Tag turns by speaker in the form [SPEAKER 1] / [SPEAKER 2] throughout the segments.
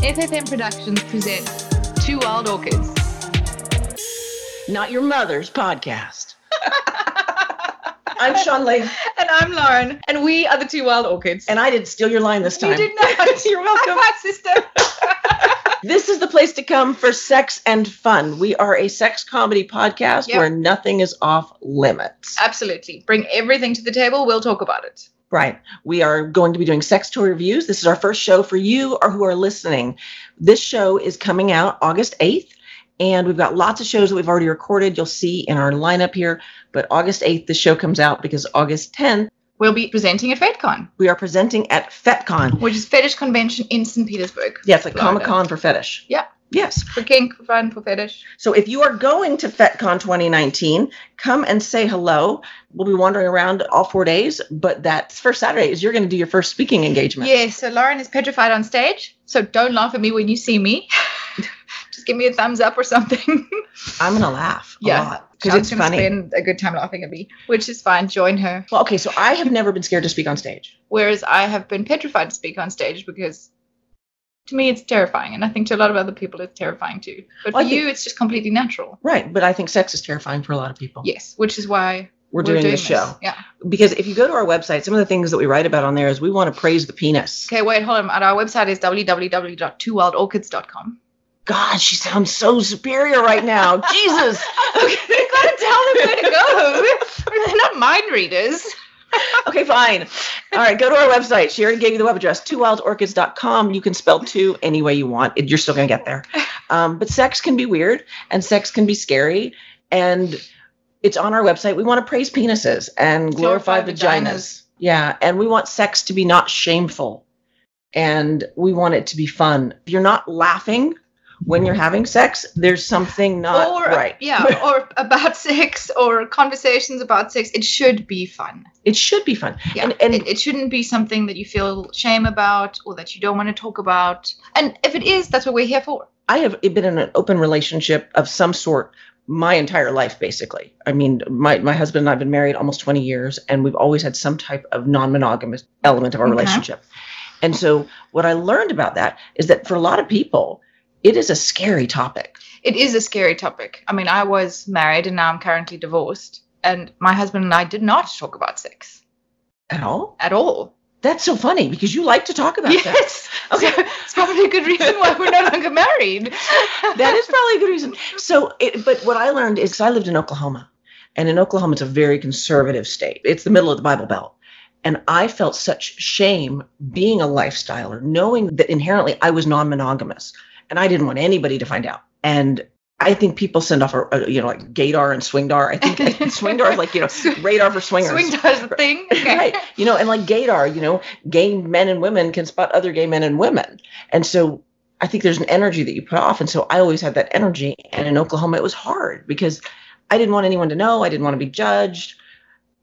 [SPEAKER 1] FFM Productions presents Two Wild Orchids.
[SPEAKER 2] Not Your Mother's podcast. I'm Sean Lee,
[SPEAKER 1] And I'm Lauren, and we are the Two Wild Orchids.
[SPEAKER 2] and I didn't steal your line this time.
[SPEAKER 1] You did not.
[SPEAKER 2] You're welcome.
[SPEAKER 1] Hi, sister.
[SPEAKER 2] This is the place to come for sex and fun. We are a sex comedy podcast
[SPEAKER 1] Yep. Uh,
[SPEAKER 2] where nothing is off limits.
[SPEAKER 1] Absolutely. Bring everything to the table. We'll talk about it.
[SPEAKER 2] Right. We are going to be doing sex toy reviews. This is our first show for you or who are listening. This show is coming out August 8th, and we've got lots of shows that we've already recorded. You'll see in our lineup here. But August 8th, the show comes out because August 10th,
[SPEAKER 1] We'll be presenting at FedCon,
[SPEAKER 2] we are presenting at FetCon.
[SPEAKER 1] which is Fetish Convention in St. Petersburg.
[SPEAKER 2] Yeah, it's like
[SPEAKER 1] Florida.
[SPEAKER 2] Comic Con for fetish.
[SPEAKER 1] Yeah.
[SPEAKER 2] Yes.
[SPEAKER 1] For kink, for fun, for fetish.
[SPEAKER 2] So if you are going to FetCon 2019, come and say hello. We'll be wandering around all four days, but that first Saturday is you're going to do your first speaking engagement.
[SPEAKER 1] Yeah, so Lauren is petrified on stage, so don't laugh at me when you see me. Just give me a thumbs up or something.
[SPEAKER 2] I'm going to laugh
[SPEAKER 1] Yeah.
[SPEAKER 2] a lot because it's
[SPEAKER 1] She's gonna
[SPEAKER 2] funny.
[SPEAKER 1] spend a good time laughing at me, which is fine. Join her.
[SPEAKER 2] Well, okay, so I have never been scared to speak on stage.
[SPEAKER 1] Whereas I have been petrified to speak on stage because to me it's terrifying, and I think to a lot of other people it's terrifying too. But
[SPEAKER 2] Well,
[SPEAKER 1] for
[SPEAKER 2] I think-
[SPEAKER 1] you, it's just completely natural.
[SPEAKER 2] Right, but I think sex is terrifying for a lot of people.
[SPEAKER 1] Yes, which is why
[SPEAKER 2] We're, doing, this show.
[SPEAKER 1] Yeah.
[SPEAKER 2] Because if you go to our website, some of the things that we write about on there is we want to praise the penis.
[SPEAKER 1] Okay, wait, hold on. Our website is www.twowildorchids.com.
[SPEAKER 2] God, she sounds so superior right now. Jesus.
[SPEAKER 1] okay, you gotta tell them where to go. They're not mind readers.
[SPEAKER 2] Okay, fine. All right, go to our website. Sharon gave you the web address, twowildorchids.com. You can spell two any way you want. It- You're still going to get there. Um, but sex can be weird and sex can be scary. And it's on our website. We want to praise penises and glorify,
[SPEAKER 1] Glorify
[SPEAKER 2] vaginas.
[SPEAKER 1] vaginas.
[SPEAKER 2] Yeah. And we want sex to be not shameful. And we want it to be fun. If you're not laughing when you're having sex, there's something not
[SPEAKER 1] or uh,
[SPEAKER 2] right.
[SPEAKER 1] yeah, or about sex or conversations about sex. It should be fun.
[SPEAKER 2] It should be fun.
[SPEAKER 1] Yeah.
[SPEAKER 2] And- and-
[SPEAKER 1] it, it shouldn't be something that you feel shame about or that you don't want to talk about. And if it is, that's what we're here for.
[SPEAKER 2] I have been in an open relationship of some sort my entire life, basically. I mean, my, my husband and I have been married almost 20 years, and we've always had some type of non monogamous element of our
[SPEAKER 1] Okay.
[SPEAKER 2] relationship. And so, what I learned about that is that for a lot of people, it is a scary topic.
[SPEAKER 1] It is a scary topic. I mean, I was married and now I'm currently divorced. And my husband and I did not talk about sex
[SPEAKER 2] At all?
[SPEAKER 1] at all.
[SPEAKER 2] That's so funny because you like to talk about that.
[SPEAKER 1] Yes.
[SPEAKER 2] Okay.
[SPEAKER 1] So it's probably a good reason why we're no longer married.
[SPEAKER 2] that is probably a good reason. So, it, but what I learned is 'cause I lived in Oklahoma, and in Oklahoma, it's a very conservative state. It's the middle of the Bible Belt, and I felt such shame being a lifestyler, knowing that inherently I was non-monogamous, and I didn't want anybody to find out. And I think people send off, a, a, you know, like gaydar and swingdar. I think, I think swingdar is like you know radar for swingers.
[SPEAKER 1] Swing does the thing. Okay.
[SPEAKER 2] Right. You know, and like gaydar, you know, gay men and women can spot other gay men and women. And so I think there's an energy that you put off. And so I always had that energy. And in Oklahoma, it was hard because I didn't want anyone to know. I didn't want to be judged.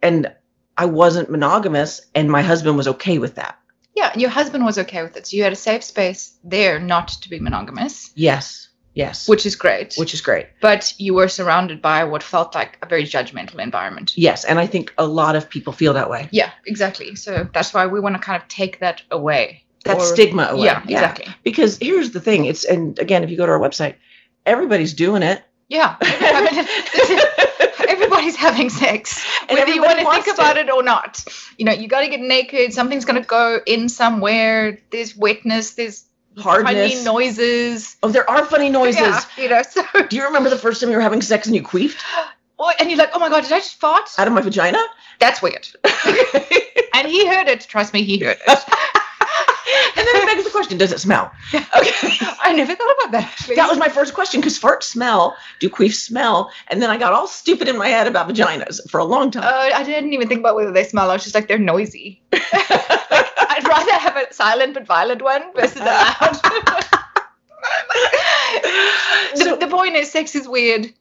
[SPEAKER 2] And I wasn't monogamous. And my husband was okay with that.
[SPEAKER 1] Yeah. and Your husband was okay with it. So you had a safe space there not to be monogamous,
[SPEAKER 2] Yes. Yes.
[SPEAKER 1] which is great.
[SPEAKER 2] which is great.
[SPEAKER 1] but you were surrounded by what felt like a very judgmental environment.
[SPEAKER 2] Yes. And I think a lot of people feel that way.
[SPEAKER 1] Yeah, exactly. So that's why we want to kind of take that away.
[SPEAKER 2] That
[SPEAKER 1] Or-
[SPEAKER 2] stigma away.
[SPEAKER 1] Yeah, exactly.
[SPEAKER 2] Because here's the thing it's, and again, if you go to our website, everybody's doing it.
[SPEAKER 1] Yeah. I mean, Everybody's having sex,
[SPEAKER 2] And
[SPEAKER 1] whether you want
[SPEAKER 2] everybody
[SPEAKER 1] to think
[SPEAKER 2] wants
[SPEAKER 1] about it or not. You know, you got to get naked. Something's going to go in somewhere. There's wetness. There's funny
[SPEAKER 2] Hardness.
[SPEAKER 1] noises.
[SPEAKER 2] Oh, there are funny noises.
[SPEAKER 1] Yeah, you know, so
[SPEAKER 2] Do you remember the first time you were having sex and you queefed
[SPEAKER 1] or, and you're like, oh my god, did I just fart?
[SPEAKER 2] out of my vagina?
[SPEAKER 1] That's weird. and he heard it. Trust me, he heard it.
[SPEAKER 2] And then it begs the question, does it smell? Okay.
[SPEAKER 1] I never thought about that. Actually,
[SPEAKER 2] That was my first question because farts smell, do queefs smell? And then I got all stupid in my head about vaginas for a long time.
[SPEAKER 1] Uh, I didn't even think about whether they smell. I was just like, they're noisy. I'd rather have a silent but violent one versus a loud. Uh, the,
[SPEAKER 2] So-
[SPEAKER 1] the point is, sex is weird,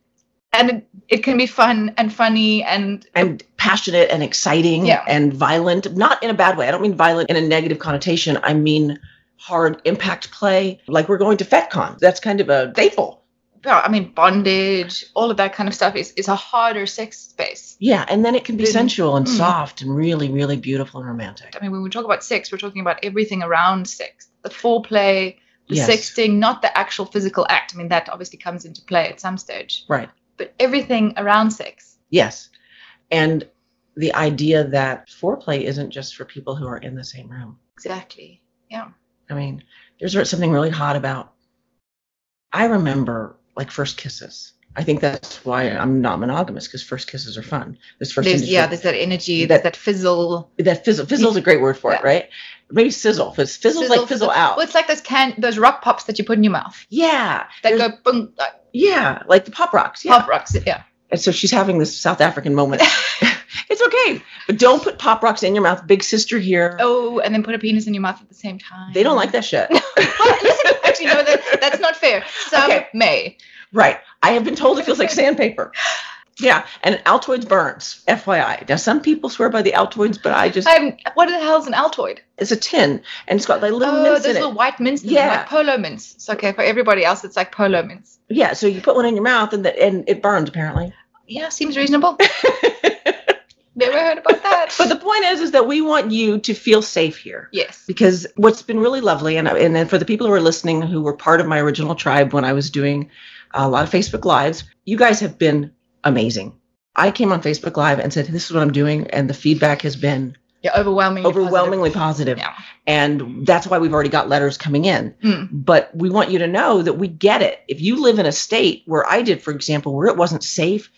[SPEAKER 1] and it, it can be fun and funny and
[SPEAKER 2] and passionate and exciting
[SPEAKER 1] Yeah.
[SPEAKER 2] and violent, not in a bad way. I don't mean violent in a negative connotation. I mean hard impact play. Like we're going to FetCon. That's kind of a staple.
[SPEAKER 1] well, I mean bondage, all of that kind of stuff is is a harder sex space.
[SPEAKER 2] Yeah. And then it can be
[SPEAKER 1] Then-
[SPEAKER 2] sensual and
[SPEAKER 1] Mm.
[SPEAKER 2] soft and really, really beautiful and romantic.
[SPEAKER 1] I mean, when we talk about sex, we're talking about everything around sex, the foreplay, the
[SPEAKER 2] Yes.
[SPEAKER 1] sexting, not the actual physical act. I mean, that obviously comes into play at some stage,
[SPEAKER 2] Right.
[SPEAKER 1] but everything around sex.
[SPEAKER 2] Yes. And the idea that foreplay isn't just for people who are in the same room.
[SPEAKER 1] Exactly. Yeah.
[SPEAKER 2] I mean, there's re- something really hot about. I remember like first kisses. I think that's why I'm not monogamous because first kisses are fun. This first
[SPEAKER 1] There's,
[SPEAKER 2] industry-
[SPEAKER 1] yeah, there's that energy, there's that fizzle.
[SPEAKER 2] that fizzle. Fizzle's a great word for it,
[SPEAKER 1] Yeah.
[SPEAKER 2] right? Maybe sizzle. Fizzle's like fizzle out.
[SPEAKER 1] Well, it's like those can those rock pops that you put in your mouth
[SPEAKER 2] yeah.
[SPEAKER 1] that
[SPEAKER 2] There's-
[SPEAKER 1] go boom, like
[SPEAKER 2] yeah, like the pop rocks. Yeah.
[SPEAKER 1] pop rocks. Yeah.
[SPEAKER 2] And so she's having this South African moment. it's okay, but don't put pop rocks in your mouth. Big sister here.
[SPEAKER 1] Oh, and then put a penis in your mouth at the same time.
[SPEAKER 2] They don't like that shit.
[SPEAKER 1] Actually, no, that, that's not fair. Some
[SPEAKER 2] Okay.
[SPEAKER 1] may.
[SPEAKER 2] Right. I have been told it feels like sandpaper. Yeah, and Altoids burns. FYI. Now some people swear by the Altoids, but I just
[SPEAKER 1] I'm, um, what the hell's an Altoid?
[SPEAKER 2] it's a tin and it's got like little
[SPEAKER 1] oh,
[SPEAKER 2] mints
[SPEAKER 1] those
[SPEAKER 2] in it.
[SPEAKER 1] little white mints. in them,
[SPEAKER 2] Yeah.
[SPEAKER 1] Like polo mints. It's okay. For everybody else, it's like polo mints.
[SPEAKER 2] Yeah, so you put one in your mouth and that and it burns apparently.
[SPEAKER 1] Yeah, seems reasonable.
[SPEAKER 2] but
[SPEAKER 1] Never heard about that.
[SPEAKER 2] the point is is that we want you to feel safe here.
[SPEAKER 1] yes.
[SPEAKER 2] Because what's been really lovely, and and then for the people who are listening who were part of my original tribe when I was doing a lot of Facebook lives, you guys have been amazing. I came on Facebook Live and said, "This is what I'm doing," and the feedback has been
[SPEAKER 1] Yeah, overwhelmingly. positive.
[SPEAKER 2] overwhelmingly positive.
[SPEAKER 1] Yeah.
[SPEAKER 2] And that's why we've already got letters coming in.
[SPEAKER 1] Mm.
[SPEAKER 2] But we want you to know that we get it. If you live in a state where I did, for example, where it wasn't safe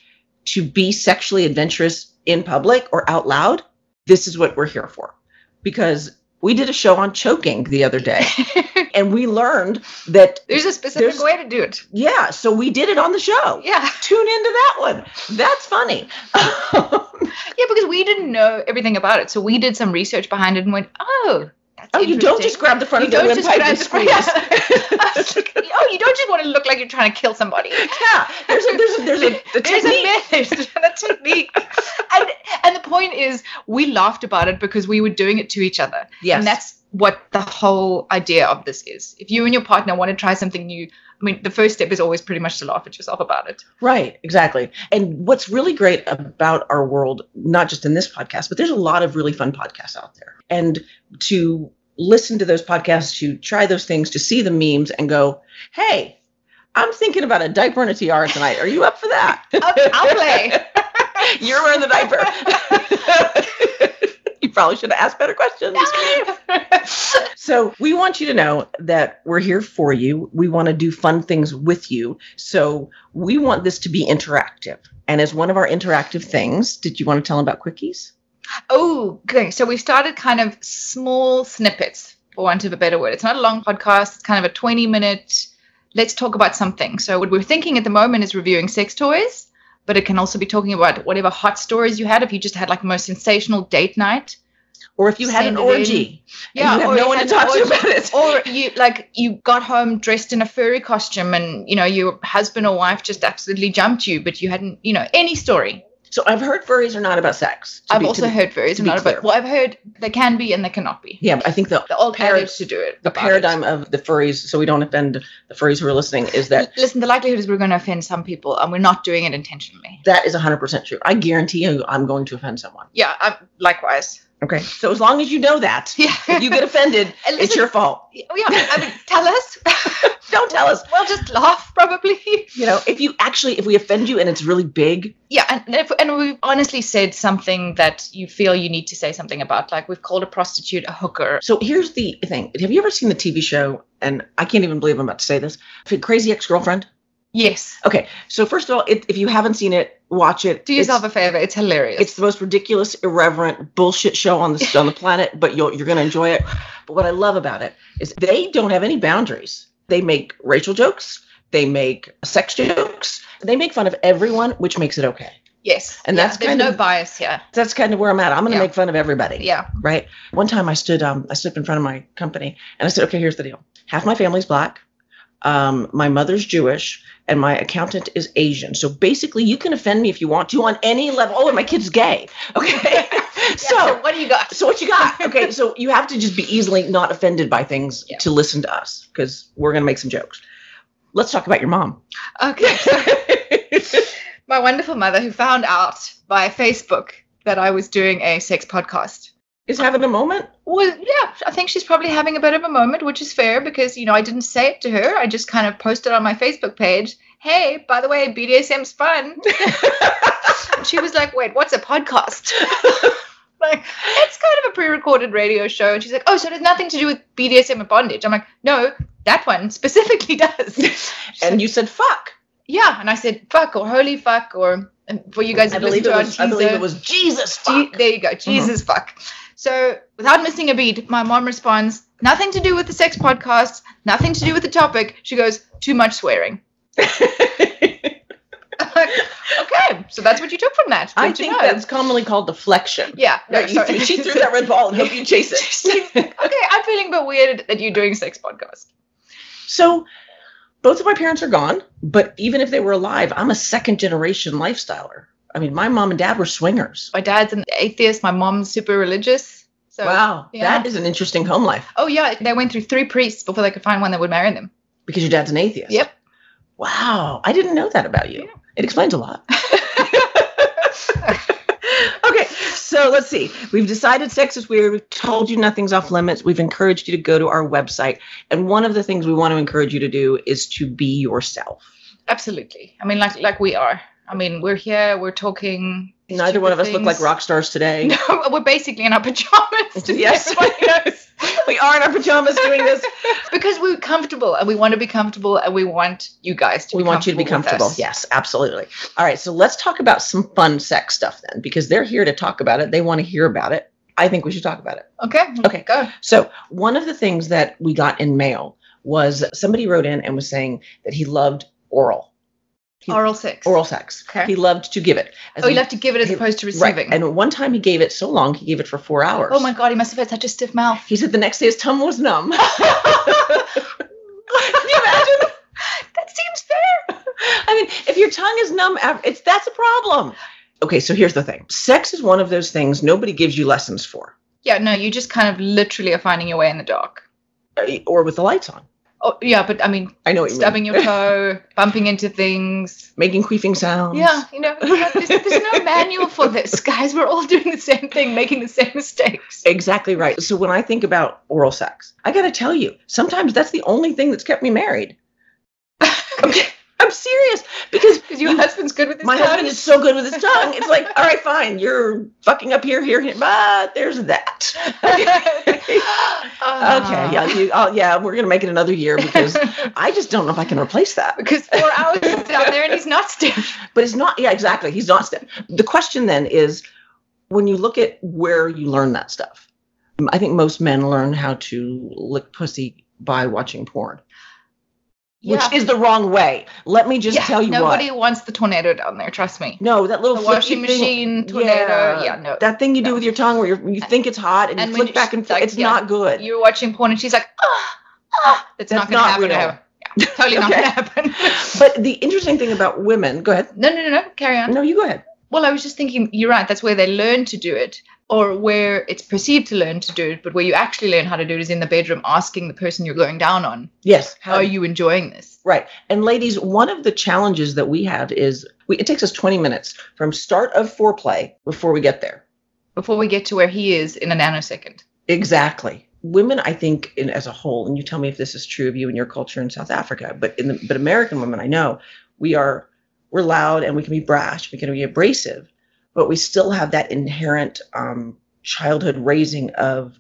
[SPEAKER 2] to be sexually adventurous in public or out loud, this is what we're here for. Because we did a show on choking the other day and we learned that,
[SPEAKER 1] There's a specific
[SPEAKER 2] There's-
[SPEAKER 1] way to do it.
[SPEAKER 2] yeah, so we did it on the show.
[SPEAKER 1] Yeah.
[SPEAKER 2] Tune into that one. That's funny.
[SPEAKER 1] Yeah, because we didn't know everything about it. So we did some research behind it and went, oh, that's
[SPEAKER 2] oh, you don't
[SPEAKER 1] interesting.
[SPEAKER 2] just grab the front
[SPEAKER 1] You
[SPEAKER 2] of the
[SPEAKER 1] don't just grab
[SPEAKER 2] windpipe and
[SPEAKER 1] the front- yeah. I was
[SPEAKER 2] squeeze.
[SPEAKER 1] like, oh, you don't just want to look like you're trying to kill somebody.
[SPEAKER 2] Yeah, there's a there's a there's a, a
[SPEAKER 1] There's a
[SPEAKER 2] technique.
[SPEAKER 1] method, there's a technique, and and the point is, we laughed about it because we were doing it to each other,
[SPEAKER 2] Yes,
[SPEAKER 1] and that's what the whole idea of this is. If you and your partner want to try something new, I mean, the first step is always pretty much to laugh at yourself about it.
[SPEAKER 2] right, exactly. And what's really great about our world, not just in this podcast, but there's a lot of really fun podcasts out there. And to listen to those podcasts, to try those things, to see the memes, and go, hey. I'm thinking about a diaper and a tiara tonight. Are you up for that?
[SPEAKER 1] I'll, I'll play.
[SPEAKER 2] You're wearing the diaper. you probably should have asked better questions. So we want you to know that we're here for you. We want to do fun things with you. So we want this to be interactive. And as one of our interactive things, did you want to tell them about quickies?
[SPEAKER 1] oh, okay. So we started kind of small snippets, for want of a better word. It's not a long podcast. It's kind of a 20 minute. Let's talk about something. So what we're thinking at the moment is reviewing sex toys, but it can also be talking about whatever hot stories you had. If you just had like the most sensational date night,
[SPEAKER 2] Or if you had an
[SPEAKER 1] Send it in.
[SPEAKER 2] orgy, and you have
[SPEAKER 1] or
[SPEAKER 2] no
[SPEAKER 1] you
[SPEAKER 2] one to
[SPEAKER 1] had
[SPEAKER 2] talk
[SPEAKER 1] an
[SPEAKER 2] to
[SPEAKER 1] orgy-
[SPEAKER 2] about it.
[SPEAKER 1] or you like you got home dressed in a furry costume and you know your husband or wife just absolutely jumped you but you hadn't you know any story
[SPEAKER 2] So I've heard furries are not about sex. to
[SPEAKER 1] i've
[SPEAKER 2] be- to
[SPEAKER 1] also
[SPEAKER 2] be-
[SPEAKER 1] heard furries
[SPEAKER 2] to
[SPEAKER 1] are
[SPEAKER 2] be
[SPEAKER 1] not
[SPEAKER 2] clear.
[SPEAKER 1] about well i've heard they can be and they cannot be
[SPEAKER 2] Yeah, I think the
[SPEAKER 1] the old
[SPEAKER 2] Parad-
[SPEAKER 1] adage to do it
[SPEAKER 2] the
[SPEAKER 1] about it.
[SPEAKER 2] paradigm of the furries, so we don't offend the furries who are listening, is that
[SPEAKER 1] Listen, the likelihood is we're going to offend some people, and we're not doing it intentionally.
[SPEAKER 2] that is 100% true. I guarantee you I'm going to offend someone.
[SPEAKER 1] Yeah, I'm, likewise.
[SPEAKER 2] Okay. So as long as you know that,
[SPEAKER 1] Yeah,
[SPEAKER 2] if you get offended,
[SPEAKER 1] And
[SPEAKER 2] it's
[SPEAKER 1] listen-
[SPEAKER 2] your fault.
[SPEAKER 1] yeah. I mean, tell us.
[SPEAKER 2] Don't tell us.
[SPEAKER 1] We'll just laugh, probably.
[SPEAKER 2] you know if you actually if we offend you and it's really big
[SPEAKER 1] Yeah, and if, and we've honestly said something that you feel you need to say something about, like we've called a prostitute a hooker.
[SPEAKER 2] so here's the thing have you ever seen the tv show and i can't even believe i'm about to say this crazy ex-girlfriend
[SPEAKER 1] Yes.
[SPEAKER 2] okay so first of all it, if you haven't seen it watch it
[SPEAKER 1] Do yourself
[SPEAKER 2] it's,
[SPEAKER 1] a favor. It's hilarious.
[SPEAKER 2] it's the most ridiculous irreverent bullshit show on the on the planet but you'll, you're gonna enjoy it but what i love about it is they don't have any boundaries they make racial jokes they make sex jokes they make fun of everyone which makes it okay
[SPEAKER 1] yes,
[SPEAKER 2] and
[SPEAKER 1] Yeah,
[SPEAKER 2] that's
[SPEAKER 1] there's
[SPEAKER 2] kind
[SPEAKER 1] no
[SPEAKER 2] of-
[SPEAKER 1] bias here.
[SPEAKER 2] that's kind of where i'm at i'm gonna
[SPEAKER 1] Yeah.
[SPEAKER 2] make fun of everybody
[SPEAKER 1] Yeah.
[SPEAKER 2] right? One time I stood um I stood up in front of my company and I said, okay, here's the deal. Half my family's black, um, my mother's Jewish, and my accountant is Asian. So basically you can offend me if you want to on any level. Oh, and my kid's gay. Okay.
[SPEAKER 1] Yeah,
[SPEAKER 2] so
[SPEAKER 1] what do you got?
[SPEAKER 2] so what you got? Okay, so you have to just be easily not offended by things
[SPEAKER 1] Yeah.
[SPEAKER 2] to listen to us because we're gonna make some jokes. Let's talk about your mom.
[SPEAKER 1] Okay. so- my wonderful mother who found out via Facebook that I was doing a sex podcast.
[SPEAKER 2] is having a moment.
[SPEAKER 1] Well, yeah, I think she's probably having a bit of a moment, which is fair because, you know, I didn't say it to her. I just kind of posted on my Facebook page, hey, by the way, BDSM's fun. she was like, wait, what's a podcast? like, it's kind of a pre recorded radio show. And she's like, oh, so it has nothing to do with BDSM and bondage. I'm like, no, that one specifically does. She's
[SPEAKER 2] And
[SPEAKER 1] like,
[SPEAKER 2] you said fuck.
[SPEAKER 1] yeah. And I said, fuck, or holy fuck, or and for you guys
[SPEAKER 2] I
[SPEAKER 1] to listen
[SPEAKER 2] believe it
[SPEAKER 1] to our
[SPEAKER 2] was. I believe
[SPEAKER 1] teaser.
[SPEAKER 2] it was Jesus.
[SPEAKER 1] Je-
[SPEAKER 2] Fuck. Uh-huh.
[SPEAKER 1] there you go. Jesus fuck. So without missing a beat, my mom responds, nothing to do with the sex podcast, nothing to do with the topic. She goes, too much swearing. okay. So that's what you took from that.
[SPEAKER 2] I
[SPEAKER 1] Good to
[SPEAKER 2] think
[SPEAKER 1] know.
[SPEAKER 2] that's commonly called deflection.
[SPEAKER 1] yeah. No,
[SPEAKER 2] Right, you
[SPEAKER 1] sorry.
[SPEAKER 2] threw- she threw that red ball and hope you chase it.
[SPEAKER 1] okay, I'm feeling a bit weird that you're doing sex podcast.
[SPEAKER 2] so, both of my parents are gone, but even if they were alive, I'm a second generation lifestyler. I mean, my mom and dad were swingers.
[SPEAKER 1] My dad's an atheist, my mom's super religious. So
[SPEAKER 2] wow,
[SPEAKER 1] yeah.
[SPEAKER 2] that is an interesting home life
[SPEAKER 1] Oh yeah, they went through three priests before they could find one that would marry them.
[SPEAKER 2] because your dad's an atheist.
[SPEAKER 1] Yep.
[SPEAKER 2] Wow, I didn't know that about you.
[SPEAKER 1] Yeah.
[SPEAKER 2] It explains a lot. okay, so let's see. We've decided sex is weird. We've told you nothing's off limits. We've encouraged you to go to our website. And one of the things we want to encourage you to do is to be yourself.
[SPEAKER 1] Absolutely. I mean, like like we are. I mean, we're here. We're talking.
[SPEAKER 2] Neither
[SPEAKER 1] stupid
[SPEAKER 2] one of us look like
[SPEAKER 1] things.
[SPEAKER 2] rock stars today.
[SPEAKER 1] No, we're basically in our pajamas. to
[SPEAKER 2] Yes.
[SPEAKER 1] everybody else.
[SPEAKER 2] we are in our pajamas doing this.
[SPEAKER 1] because we're comfortable and we want to be comfortable and we want you guys to.
[SPEAKER 2] we
[SPEAKER 1] be
[SPEAKER 2] want you to be comfortable.
[SPEAKER 1] Yeah.
[SPEAKER 2] Yes, absolutely. All right, so let's talk about some fun sex stuff then, because they're here to talk about it. They want to hear about it. I think we should talk about it.
[SPEAKER 1] Okay.
[SPEAKER 2] Okay.
[SPEAKER 1] Go.
[SPEAKER 2] So, one of the things that we got in mail was somebody wrote in and was saying that he loved oral, He-
[SPEAKER 1] Oral sex.
[SPEAKER 2] oral sex.
[SPEAKER 1] Okay.
[SPEAKER 2] He loved to give it. As
[SPEAKER 1] oh, you
[SPEAKER 2] he-
[SPEAKER 1] have to give it as
[SPEAKER 2] he-
[SPEAKER 1] opposed to
[SPEAKER 2] right.
[SPEAKER 1] receiving.
[SPEAKER 2] And one time he gave it so long, he gave it for four hours.
[SPEAKER 1] oh my god, he must have had such a stiff mouth.
[SPEAKER 2] He said the next day his tongue was numb. Can you imagine?
[SPEAKER 1] That seems fair.
[SPEAKER 2] I mean, if your tongue is numb, af- it's that's a problem. Okay, so here's the thing. Sex is one of those things nobody gives you lessons for,
[SPEAKER 1] Yeah. No, you just kind of literally are finding your way in the dark.
[SPEAKER 2] uh, or with the lights on.
[SPEAKER 1] Oh yeah, but I mean,
[SPEAKER 2] I know what you mean.
[SPEAKER 1] stubbing your toe, bumping into things.
[SPEAKER 2] making queefing sounds.
[SPEAKER 1] Yeah, you know, there's, there's no manual for this, guys. We're all doing the same thing, making the same mistakes.
[SPEAKER 2] Exactly right. So when I think about oral sex, I got to tell you, sometimes that's the only thing that's kept me married. Okay, I'm serious because
[SPEAKER 1] Because your
[SPEAKER 2] You-
[SPEAKER 1] husband's good with his
[SPEAKER 2] my
[SPEAKER 1] tongue.
[SPEAKER 2] husband is so good with his tongue. It's like, all right, fine, you're fucking up here, here, here, but there's that. okay,
[SPEAKER 1] Ah.
[SPEAKER 2] yeah, you, I'll, yeah, we're gonna make it another year because I just don't know if I can replace that.
[SPEAKER 1] because four hours is down there and he's not stiff.
[SPEAKER 2] But it's not. Yeah, exactly. He's not stiff. The question then is, when you look at where you learn that stuff, I think most men learn how to lick pussy by watching porn, which is the wrong way. Let me just
[SPEAKER 1] Yeah,
[SPEAKER 2] tell you what.
[SPEAKER 1] nobody wants the tornado down there. Trust me.
[SPEAKER 2] No, that
[SPEAKER 1] The
[SPEAKER 2] little flippy
[SPEAKER 1] washing
[SPEAKER 2] thing-
[SPEAKER 1] machine tornado. Yeah, no.
[SPEAKER 2] That thing you do
[SPEAKER 1] No.
[SPEAKER 2] with your tongue where you're, you think it's hot and,
[SPEAKER 1] And
[SPEAKER 2] you
[SPEAKER 1] when
[SPEAKER 2] flick back
[SPEAKER 1] you-
[SPEAKER 2] and forth.
[SPEAKER 1] like,
[SPEAKER 2] It's
[SPEAKER 1] yeah,
[SPEAKER 2] not good.
[SPEAKER 1] You're watching porn and she's like, ah, ah. That's,
[SPEAKER 2] That's
[SPEAKER 1] not going to happen. to
[SPEAKER 2] not real.
[SPEAKER 1] her. Yeah, totally not
[SPEAKER 2] Okay.
[SPEAKER 1] going to happen.
[SPEAKER 2] but the interesting thing about women, go ahead.
[SPEAKER 1] no, no, no, no. Carry on.
[SPEAKER 2] No, you go ahead.
[SPEAKER 1] Well, I was just thinking, you're right. That's where they learn to do it, or where it's perceived to learn to do it. But where you actually learn how to do it is in the bedroom, asking the person you're going down on,
[SPEAKER 2] Yes.
[SPEAKER 1] "How are you enjoying this?"
[SPEAKER 2] Right. And ladies, one of the challenges that we have is we, it takes us 20 minutes from start of foreplay before we get there.
[SPEAKER 1] Before we get to where he is in a nanosecond.
[SPEAKER 2] Exactly. Women, I think, in, as a whole, and you tell me if this is true of you in your culture in South Africa, but in the, but American women, I know we are we're loud and we can be brash, we can be abrasive, but we still have that inherent um, childhood raising of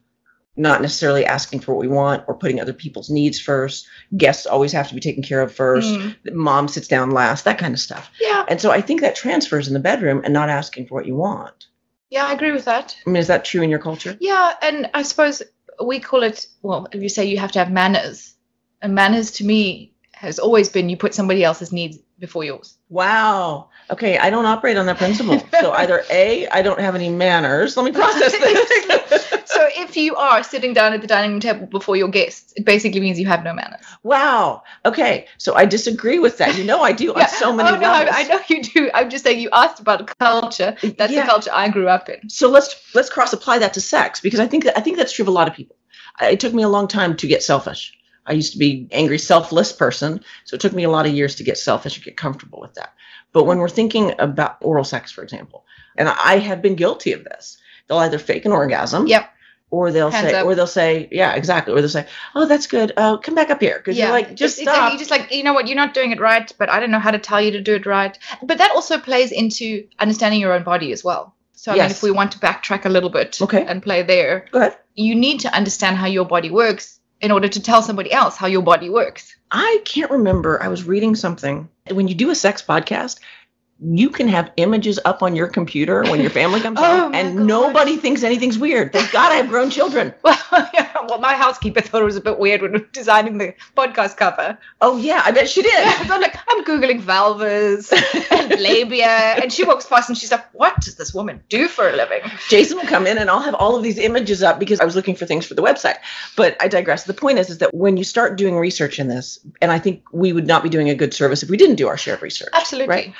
[SPEAKER 2] not necessarily asking for what we want or putting other people's needs first. Guests always have to be taken care of first.
[SPEAKER 1] Mm.
[SPEAKER 2] Mom sits down last, that kind of stuff.
[SPEAKER 1] Yeah,
[SPEAKER 2] And so I think that transfers in the bedroom and not asking for what you want.
[SPEAKER 1] yeah, I agree with that.
[SPEAKER 2] I mean, is that true in your culture?
[SPEAKER 1] Yeah, and I suppose we call it, well, if you say you have to have manners, and manners to me has always been you put somebody else's needs before yours.
[SPEAKER 2] Wow. Okay, I don't operate on that principle. So either A, I don't have any manners. Let me process this.
[SPEAKER 1] So if you are sitting down at the dining room table before your guests, it basically means you have no manners.
[SPEAKER 2] wow. Okay. So I disagree with that. You know I do
[SPEAKER 1] Yeah.
[SPEAKER 2] on so many
[SPEAKER 1] oh, no, I,
[SPEAKER 2] levels.
[SPEAKER 1] I know you do. I'm just saying you asked about culture. That's
[SPEAKER 2] Yeah.
[SPEAKER 1] the culture I grew up in.
[SPEAKER 2] So let's let's cross apply that to sex because I think that I think that's true of a lot of people. I, it took me a long time to get selfish. I used to be angry, selfless person. So it took me a lot of years to get selfish and get comfortable with that. But when we're thinking about oral sex, for example, and I have been guilty of this, they'll either fake an orgasm.
[SPEAKER 1] Yep.
[SPEAKER 2] or they'll
[SPEAKER 1] Hands
[SPEAKER 2] say,
[SPEAKER 1] up.
[SPEAKER 2] or they'll say, yeah, exactly, or they'll say, oh, that's good. Uh, come back up here because
[SPEAKER 1] Yeah.
[SPEAKER 2] you're like, just
[SPEAKER 1] It's- it's like
[SPEAKER 2] stop.
[SPEAKER 1] You're just like, you know what, you're not doing it right, but I don't know how to tell you to do it right. But that also plays into understanding your own body as well. So I mean,
[SPEAKER 2] Yes.
[SPEAKER 1] if we want to backtrack a little bit
[SPEAKER 2] Okay.
[SPEAKER 1] and play there,
[SPEAKER 2] Go ahead.
[SPEAKER 1] you need to understand how your body works in order to tell somebody else how your body works.
[SPEAKER 2] I can't remember. I was reading something. When you do a sex podcast, you can have images up on your computer when your family comes
[SPEAKER 1] Oh,
[SPEAKER 2] home,
[SPEAKER 1] my
[SPEAKER 2] and
[SPEAKER 1] gosh.
[SPEAKER 2] nobody thinks anything's weird. Thank God I have grown children.
[SPEAKER 1] Well, yeah, well, my housekeeper thought it was a bit weird when we were designing the podcast cover.
[SPEAKER 2] Oh yeah, I bet she did.
[SPEAKER 1] I'm like, I'm googling valvas and labia, and she walks past and she's like, "What does this woman do for a living?"
[SPEAKER 2] Jason will come in and I'll have all of these images up because I was looking for things for the website. But I digress. The point is is that when you start doing research in this, and I think we would not be doing a good service if we didn't do our share of research.
[SPEAKER 1] Absolutely.
[SPEAKER 2] Right.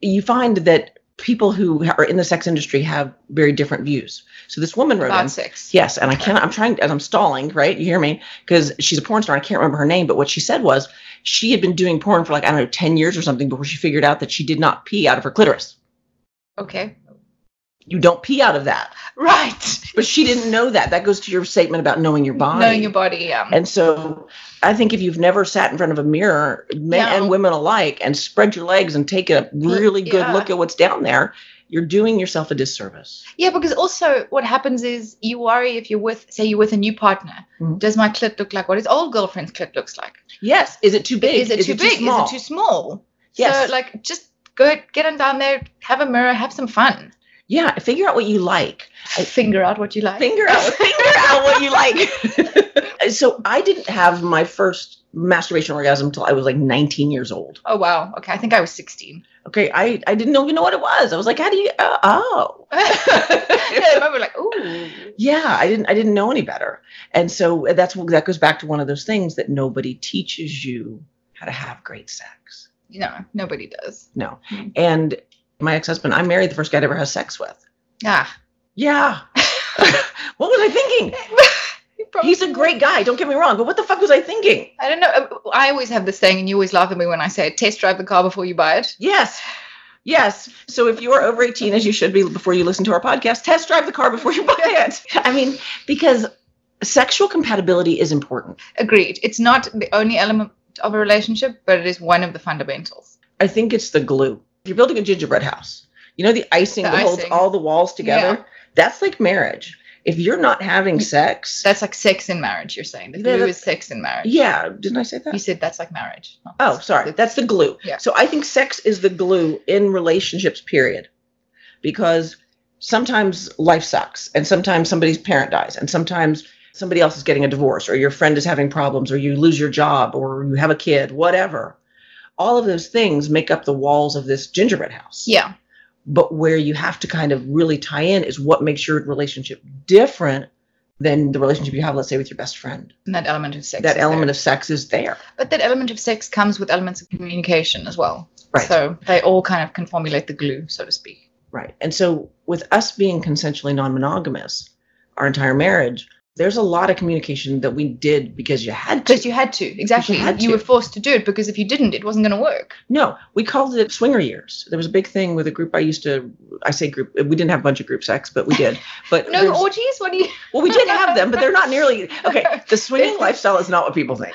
[SPEAKER 2] you find that people who are in the sex industry have very different views. So this woman wrote in,
[SPEAKER 1] About sex.
[SPEAKER 2] yes, and I can't. I'm trying, and I'm stalling. Right, you hear me? Because she's a porn star. I can't remember her name, but what she said was she had been doing porn for like I don't know ten years or something before she figured out that she did not pee out of her clitoris.
[SPEAKER 1] Okay.
[SPEAKER 2] You don't pee out of that,
[SPEAKER 1] Right.
[SPEAKER 2] but she didn't know that. That goes to your statement about knowing your body.
[SPEAKER 1] Knowing your body. um, Yeah.
[SPEAKER 2] And so I think if you've never sat in front of a mirror, men
[SPEAKER 1] Yeah.
[SPEAKER 2] and women alike, and spread your legs and take a really good
[SPEAKER 1] yeah.
[SPEAKER 2] look at what's down there, you're doing yourself a disservice.
[SPEAKER 1] Yeah, because also what happens is you worry if you're with, say, you're with a new partner.
[SPEAKER 2] Mhm.
[SPEAKER 1] Does my clit look like what his old girlfriend's clit looks like?
[SPEAKER 2] Yes. Is it too big?
[SPEAKER 1] Is it too big?
[SPEAKER 2] small?
[SPEAKER 1] Is it too small?
[SPEAKER 2] Yes.
[SPEAKER 1] So like, just go get on down there, have a mirror, have some fun,
[SPEAKER 2] yeah. Figure out what you like. I-
[SPEAKER 1] figure out what you like.
[SPEAKER 2] Figure out. figure out what you like. so I didn't have my first masturbation orgasm until I was like 19 years old.
[SPEAKER 1] Oh wow. Okay, I think I was 16.
[SPEAKER 2] Okay. I I didn't even know what it was. I was like, how do you? Uh, oh.
[SPEAKER 1] yeah, we were like, ooh.
[SPEAKER 2] Yeah, I didn't I didn't know any better. And so that's that goes back to one of those things that nobody teaches you how to have great sex.
[SPEAKER 1] You know, nobody does.
[SPEAKER 2] No.
[SPEAKER 1] Hmm.
[SPEAKER 2] And my ex-husband, I married the first guy I ever had sex with.
[SPEAKER 1] Yeah.
[SPEAKER 2] Yeah. what was I thinking? He's a great guy, don't get me wrong, but what the fuck was I thinking?
[SPEAKER 1] I don't know. I always have this saying, and you always laugh at me when I say it, test drive the car before you buy it.
[SPEAKER 2] Yes. Yes. So if you are over 18, as you should be before you listen to our podcast, test drive the car before you buy it. I mean, because sexual compatibility is important.
[SPEAKER 1] Agreed. It's not the only element of a relationship, but it is one of the fundamentals.
[SPEAKER 2] I think it's the glue. If you're building a gingerbread house, you know the icing
[SPEAKER 1] The
[SPEAKER 2] that holds
[SPEAKER 1] icing.
[SPEAKER 2] all the walls together? That's like marriage. If you're not having sex,
[SPEAKER 1] That's like sex in marriage, you're saying. The
[SPEAKER 2] Yeah,
[SPEAKER 1] glue
[SPEAKER 2] that-
[SPEAKER 1] is sex in marriage.
[SPEAKER 2] yeah, didn't I say
[SPEAKER 1] You
[SPEAKER 2] that?
[SPEAKER 1] said that's like marriage. not
[SPEAKER 2] Oh,
[SPEAKER 1] sex.
[SPEAKER 2] sorry. That's the glue.
[SPEAKER 1] Yeah.
[SPEAKER 2] So I think sex is the glue in relationships, period. Because sometimes life sucks and sometimes somebody's parent dies and sometimes somebody else is getting a divorce or your friend is having problems or you lose your job or you have a kid, whatever. All of those things make up the walls of this gingerbread house.
[SPEAKER 1] Yeah.
[SPEAKER 2] but where you have to kind of really tie in is what makes your relationship different than the relationship you have, let's say, with your best friend.
[SPEAKER 1] And that element of sex.
[SPEAKER 2] that element of sex is there.
[SPEAKER 1] of But that element of sex comes with elements of communication as well.
[SPEAKER 2] Right.
[SPEAKER 1] So they all kind of can formulate the glue, so to speak.
[SPEAKER 2] Right. And so, with us being consensually non monogamous, our entire marriage, there's a lot of communication that we did because you had
[SPEAKER 1] Because
[SPEAKER 2] to.
[SPEAKER 1] you had to, exactly.
[SPEAKER 2] had
[SPEAKER 1] you
[SPEAKER 2] to.
[SPEAKER 1] were forced to do it because if you didn't, it wasn't going to work.
[SPEAKER 2] No, we called it swinger years. There was a big thing with a group I used to, I say group, we didn't have a bunch of group sex, but we did. But
[SPEAKER 1] No
[SPEAKER 2] there was-
[SPEAKER 1] orgies? What do you.
[SPEAKER 2] Well, we did have them, but they're not nearly okay. The swinging lifestyle is not what people think.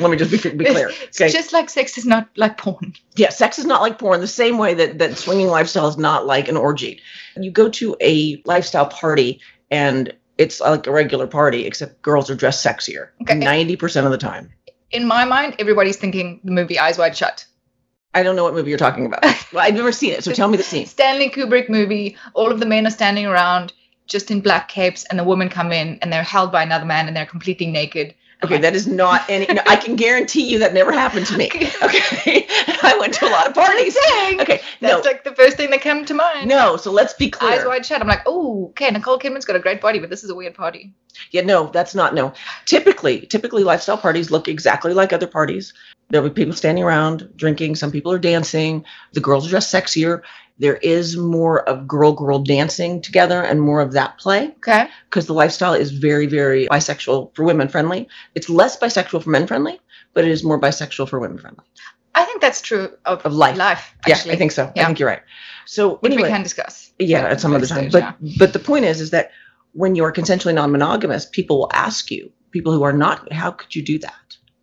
[SPEAKER 2] Let me just be, be clear.
[SPEAKER 1] It's
[SPEAKER 2] Okay.
[SPEAKER 1] just like sex is not like porn.
[SPEAKER 2] Yeah, sex is not like porn the same way that that swinging lifestyle is not like an orgy. You go to a lifestyle party and it's like a regular party except girls are dressed sexier
[SPEAKER 1] Okay.
[SPEAKER 2] 90% of the time.
[SPEAKER 1] In my mind, everybody's thinking the movie Eyes Wide Shut.
[SPEAKER 2] I don't know what movie you're talking about. well, I've never seen it, so tell me the scene.
[SPEAKER 1] Stanley Kubrick movie. All of the men are standing around just in black capes, and the women come in and they're held by another man and they're completely naked.
[SPEAKER 2] Okay, that is not any no, I can guarantee you that never happened to me. Okay. I went to a lot of parties.
[SPEAKER 1] Dang.
[SPEAKER 2] Okay, no.
[SPEAKER 1] That's like the first thing that came to mind.
[SPEAKER 2] No, so let's be clear.
[SPEAKER 1] Eyes wide shut. I'm like, oh, okay, Nicole Kidman's got a great body, but this is a weird party.
[SPEAKER 2] Yeah, no, that's not no. Typically, typically lifestyle parties look exactly like other parties. There'll be people standing around drinking. Some people are dancing. The girls are dressed sexier. There is more of girl-girl dancing together and more of that play
[SPEAKER 1] Okay.
[SPEAKER 2] because the lifestyle is very, very bisexual for women friendly. It's less bisexual for men friendly, but it is more bisexual for women friendly.
[SPEAKER 1] I think that's true of
[SPEAKER 2] Of life.
[SPEAKER 1] actually.
[SPEAKER 2] yeah, I think so. I
[SPEAKER 1] yeah.
[SPEAKER 2] think you're right. So
[SPEAKER 1] Which
[SPEAKER 2] anyway,
[SPEAKER 1] we can discuss.
[SPEAKER 2] yeah, at some other time.
[SPEAKER 1] Backstage,
[SPEAKER 2] But
[SPEAKER 1] yeah.
[SPEAKER 2] but the point is, is that when you're consensually non-monogamous, people will ask you, people who are not, how could you do that?